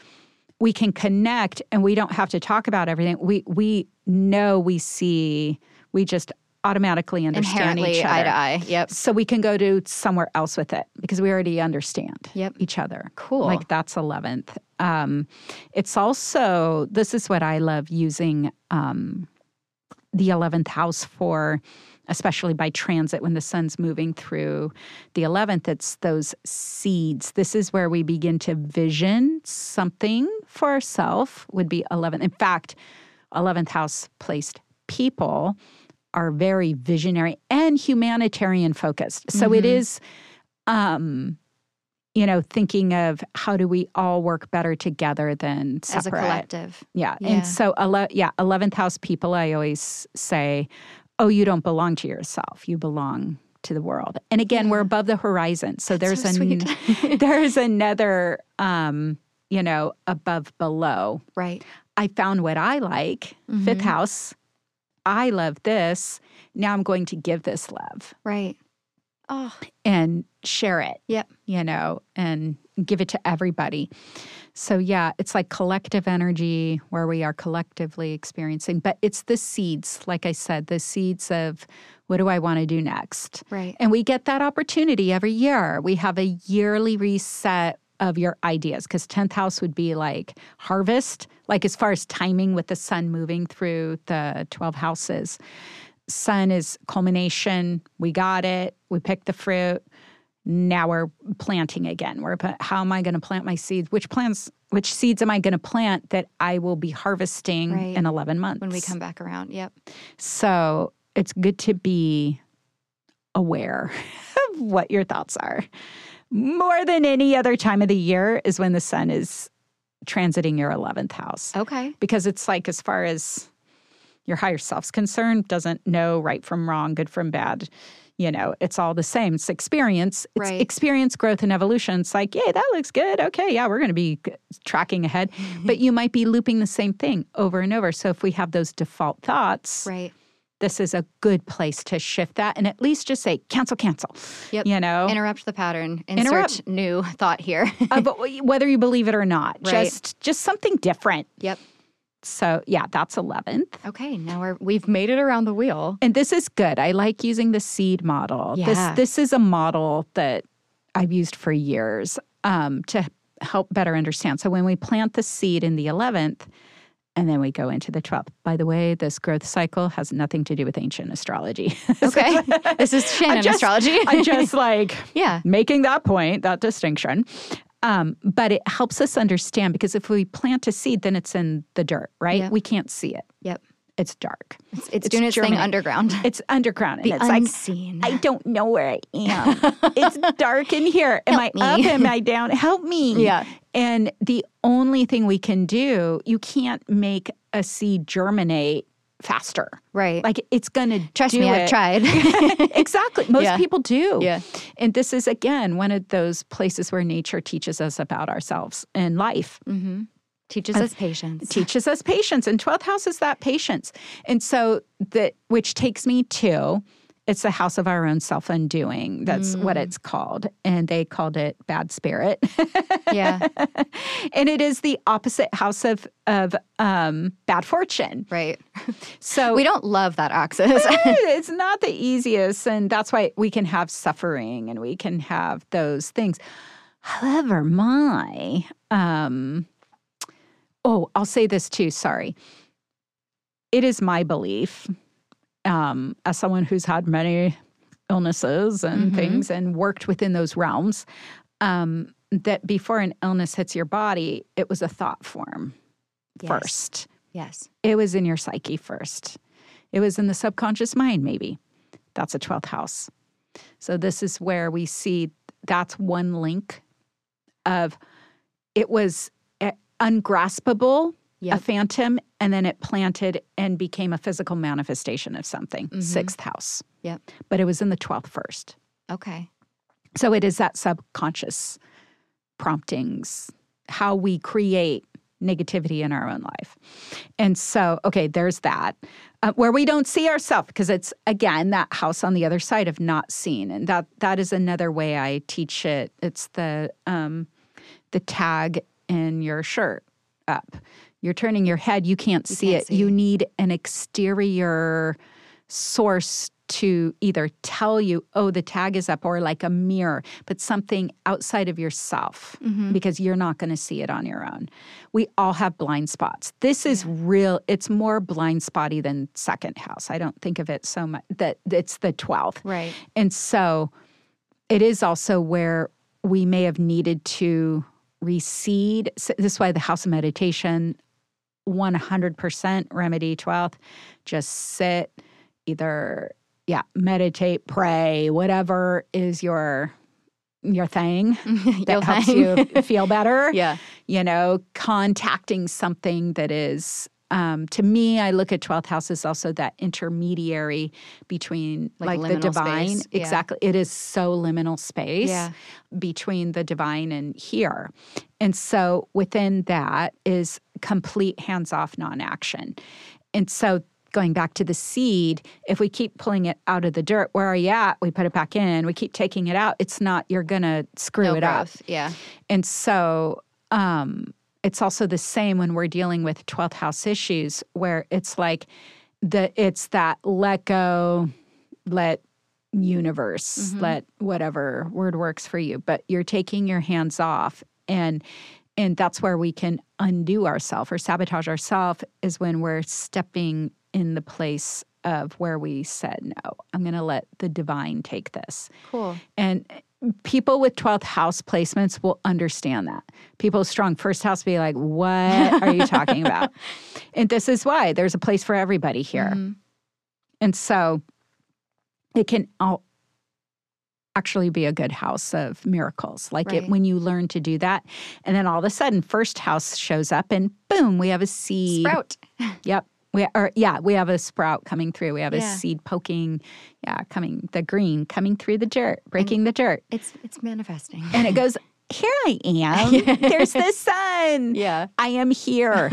S2: we can connect and we don't have to talk about everything we we know we see we just automatically understand
S1: Inherently
S2: each other
S1: eye to eye. Yep.
S2: so we can go to somewhere else with it because we already understand
S1: Yep.
S2: each other
S1: Cool.
S2: like that's 11th um it's also this is what i love using um the 11th house for especially by transit when the sun's moving through the 11th it's those seeds this is where we begin to vision something for ourselves would be 11th in fact 11th house placed people are very visionary and humanitarian focused so it is um you know thinking of how do we all work better together than
S1: As a
S2: separate
S1: collective.
S2: yeah.
S1: Yeah.
S2: And so, ele- yeah, 11th house people, I always say, oh, you don't belong to yourself. You belong to the world. And again, we're above the horizon. So
S1: That's
S2: there's,
S1: so
S2: an, there's another, um, you know, above, below.
S1: Right.
S2: I found what I like,
S1: Mm-hmm.
S2: fifth house. I love this. Now I'm going to give this love.
S1: Right. Oh,
S2: and share it,
S1: yep.
S2: you know, and give it to everybody. So, yeah, it's like collective energy where we are collectively experiencing, but it's the seeds, like I said, the seeds of what do I want to do next?
S1: Right.
S2: And we get that opportunity every year. We have a yearly reset of your ideas because 10th house would be like harvest, like as far as timing with the sun moving through the 12 houses. Sun is culmination. We got it. We picked the fruit. Now we're planting again. We're pu- how am I going to plant my seeds? Which plants? Which seeds am I going to plant that I will be harvesting
S1: Right.
S2: in 11 months?
S1: When we come back around, yep.
S2: So it's good to be aware of what your thoughts are. More than any other time of the year is when the sun is transiting your 11th house.
S1: Okay.
S2: Because it's like, as far as your higher self's concerned, doesn't know right from wrong, good from bad. You know, it's all the same. It's experience. It's
S1: Right.
S2: experience, growth, and evolution. It's like, yay, that looks good. Okay, yeah, we're going to be g- tracking ahead. but you might be looping the same thing over and over. So if we have those default thoughts,
S1: Right.
S2: this is a good place to shift that and at least just say cancel cancel
S1: Yep.
S2: you know
S1: Interrupt the pattern. Insert
S2: Interrupt.
S1: new thought here.
S2: of whether you believe it or not
S1: Right.
S2: just just something different
S1: yep.
S2: so yeah that's 11th
S1: Okay. Now we're, we've made it around the wheel.
S2: and this is good i like using the seed model
S1: Yeah.
S2: this this is a model that i've used for years um, to help better understand so when we plant the seed in the 11th and then we go into the 12th by the way this growth cycle has nothing to do with ancient astrology
S1: Okay. this is Shannon
S2: just-
S1: astrology.
S2: i just like
S1: yeah.
S2: making that point, that distinction. Um, but it helps us understand because if we plant a seed, then it's in the dirt, right?
S1: Yeah.
S2: We can't see it.
S1: Yep.
S2: It's dark.
S1: It's, it's, doing its thing
S2: germinate.
S1: underground.
S2: It's underground. And
S1: The
S2: it's
S1: unseen.
S2: like, I don't know where I am. it's dark in here. Am
S1: Help
S2: I
S1: me.
S2: up? Am I down? Help me.
S1: Yeah.
S2: And the only thing we can do, you can't make a seed germinate faster.
S1: right.
S2: Like it's gonna
S1: Trust
S2: do
S1: me, I've
S2: it.
S1: tried.
S2: exactly. Most
S1: Yeah.
S2: people do.
S1: Yeah.
S2: And this is, again, one of those places where nature teaches us about ourselves and life,
S1: Mm-hmm. Teaches us patience.
S2: teaches us patience. And 12th house is that patience. And so, that, which takes me to, it's the house of our own self undoing. That's
S1: Mm.
S2: what it's called. And they called it bad spirit.
S1: yeah.
S2: and it is the opposite house of, of um, bad fortune.
S1: Right.
S2: So,
S1: We don't love that axis.
S2: it's not the easiest and that's why we can have suffering and we can have those things however my um oh i'll say this too sorry it is my belief um as someone who's had many illnesses and
S1: Mhm.
S2: things and worked within those realms um that before an illness hits your body it was a thought form
S1: Yes.
S2: first
S1: yes.
S2: it was in your psyche first. It was in the subconscious mind, maybe. That's a 12th house. So, this is where we see that's one link of it was uh, ungraspable, a
S1: Yep.
S2: phantom, and then it planted and became a physical manifestation of something, sixth house.
S1: Mm-hmm. Yep.
S2: But it was in the 12th first.
S1: Okay.
S2: So, it is that subconscious promptings, how we create negativity in our own life. And so, okay, there's that uh, where we don't see ourselves because it's again that house on the other side of not seen, and that that is another way I teach it. It's the um, the tag in your shirt up. You're turning your head, you can't see
S1: can't
S2: it.
S1: see.
S2: You need an exterior source to either tell you, oh, the tag is up, or like a mirror, but something outside of yourself because you're not going to see it on your own. We all have blind spots. This is real, it's more blind spotty than second house. I don't think of it so much that it's the 12th.
S1: Right.
S2: And so it is also where we may have needed to recede. So this is why the house of meditation, 100% remedy 12th, just sit, either, yeah, meditate, pray, whatever is your your thing that
S1: Mm-hmm. Your
S2: helps
S1: thing.
S2: you feel better
S1: Yeah.
S2: you know, contacting something that is, um, to me, I look at 12th house as also that intermediary between
S1: Like
S2: like,
S1: liminal
S2: the divine.
S1: space, yeah.
S2: Exactly. It is so liminal space
S1: Yeah.
S2: between the divine and here. And so within that is complete hands off non action. And so going back to the seed, if we keep pulling it out of the dirt, where are you at? We put it back in, we keep taking it out. It's not, you're going to screw
S1: No
S2: it up.
S1: growth. Yeah.
S2: And so um, it's also the same when we're dealing with 12th house issues where it's like the it's that let go, let universe, let whatever word works for you, but you're taking your hands off and and that's where we can undo ourselves or sabotage ourselves is when we're stepping in the place of where we said no. I'm going to let the divine take this.
S1: Cool.
S2: And eh, people with 12th house placements will understand that. People with strong first house be like, what are you talking about? And this is why there's a place for everybody here.
S1: Mhm.
S2: And so it can all actually be a good house of miracles. Like
S1: Right.
S2: it when you learn to do that. And then all of a sudden, first house shows up and boom, we have a seed.
S1: Sprout.
S2: Yep. We or yeah, we have a sprout coming through. We have
S1: Yeah.
S2: a seed poking, yeah, coming the green coming through the dirt, breaking
S1: Mm-hmm.
S2: the dirt,
S1: It's it's manifesting.
S2: and it goes. Here I am. There's the sun.
S1: Yeah.
S2: I am here.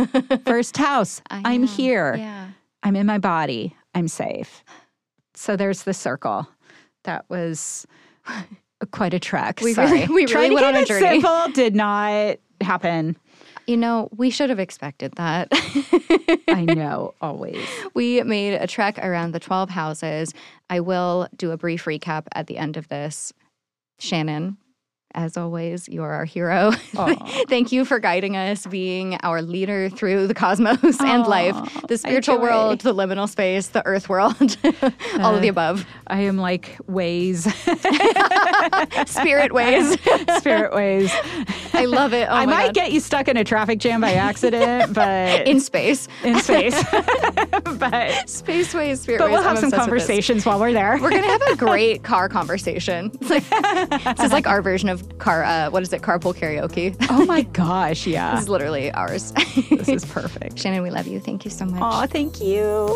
S2: First house.
S1: I
S2: I'm
S1: know.
S2: here.
S1: Yeah.
S2: I'm in my body. I'm safe. So there's the circle. That was quite a trek.
S1: We
S2: Sorry.
S1: really- we
S2: Tried
S1: really went
S2: to keep
S1: on a
S2: it
S1: journey.
S2: Simple did not happen.
S1: You know, we should have expected that.
S2: I know always.
S1: we made a trek around the 12 houses. I will do a brief recap at the end of this. Shannon, as always, you're our hero.
S2: Aw.
S1: Thank you for guiding us, being our leader through the cosmos and life,
S2: Aw, I
S1: the spiritual
S2: enjoy.
S1: world, the liminal space, the earth world, all of the above,
S2: I am like ways,
S1: spirit ways.
S2: spirit ways.
S1: I love it. Oh
S2: I
S1: my
S2: might
S1: God.
S2: get you stuck in a traffic jam by accident, but
S1: in space.
S2: in space. but
S1: Space ways, spirit
S2: but
S1: ways.
S2: we'll have
S1: I'm
S2: some
S1: obsessed with this.
S2: conversations while we're there.
S1: We're gonna have a great car conversation. It's like- this is like our version of car. Uh, what is it? Carpool karaoke. This
S2: oh my gosh, yeah.
S1: is literally ours.
S2: This is perfect.
S1: Shannon, we love you. Thank you so much.
S2: Aw, thank you.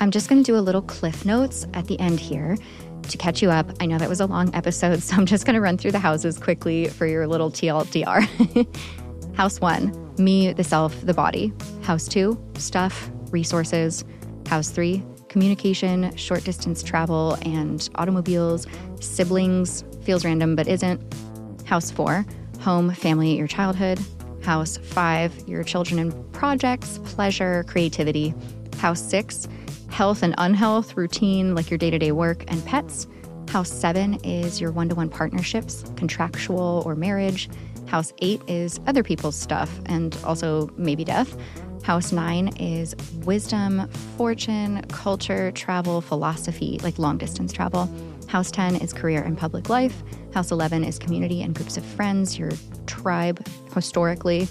S1: I'm just going to do a little cliff notes at the end here to catch you up. I know that was a long episode, so I'm just going to run through the houses quickly for your little TLDR. House one, me, the self, the body. House two, stuff, resources. House three, communication, short distance travel, and automobiles, siblings, feels random but isn't. House four, home, family, your childhood. House five, your children and projects, pleasure, creativity. House six, health and unhealth, routine, like your day to day work and pets. House seven is your one to one partnerships, contractual or marriage. House eight is other people's stuff and also maybe death. House nine is wisdom, fortune, culture, travel, philosophy, like long distance travel. House 10 is career and public life. House 11 is community and groups of friends, your tribe historically.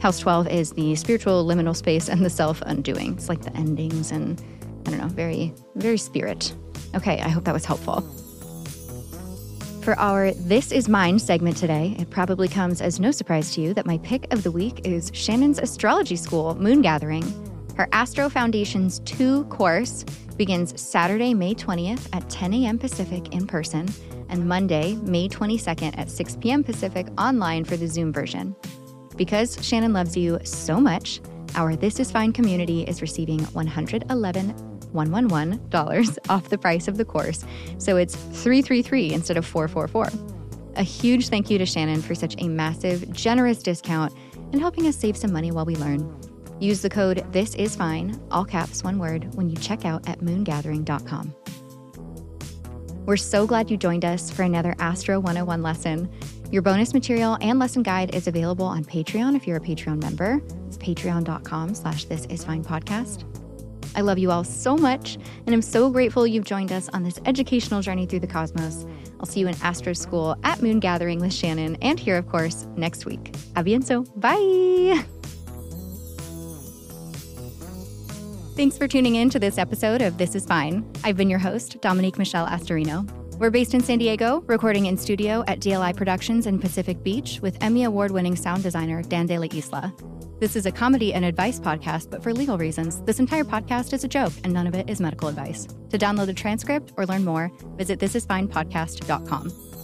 S1: House 12 is the spiritual liminal space and the self undoing. It's like the endings and I don't know, very, very spirit. Okay, I hope that was helpful. For our This Is Mine segment today, it probably comes as no surprise to you that my pick of the week is Shannon's Astrology School Moon Gathering. Her Astro Foundations 2 course begins Saturday, May 20th at 10 a.m. Pacific in person and Monday, May 22nd at 6 p.m. Pacific online for the Zoom version. Because Shannon loves you so much, our This Is Fine community is receiving $111,111 off the price of the course. So it's 333 instead of 444. A huge thank you to Shannon for such a massive, generous discount and helping us save some money while we learn. Use the code This Is Fine, all caps, one word, when you check out at moongathering.com. We're so glad you joined us for another Astro 101 lesson. Your bonus material and lesson guide is available on Patreon if you're a Patreon member. It's patreon.com slash this is fine podcast. I love you all so much, and I'm so grateful you've joined us on this educational journey through the cosmos. I'll see you in Astro School at Moon Gathering with Shannon and here, of course, next week. Avienzo. Bye. Thanks for tuning in to this episode of This Is Fine. I've been your host, Dominique Michelle Astorino. We're based in San Diego, recording in studio at DLI Productions in Pacific Beach with Emmy Award winning sound designer Dan De La Isla. This is a comedy and advice podcast, but for legal reasons, this entire podcast is a joke and none of it is medical advice. To download a transcript or learn more, visit thisisfinepodcast.com.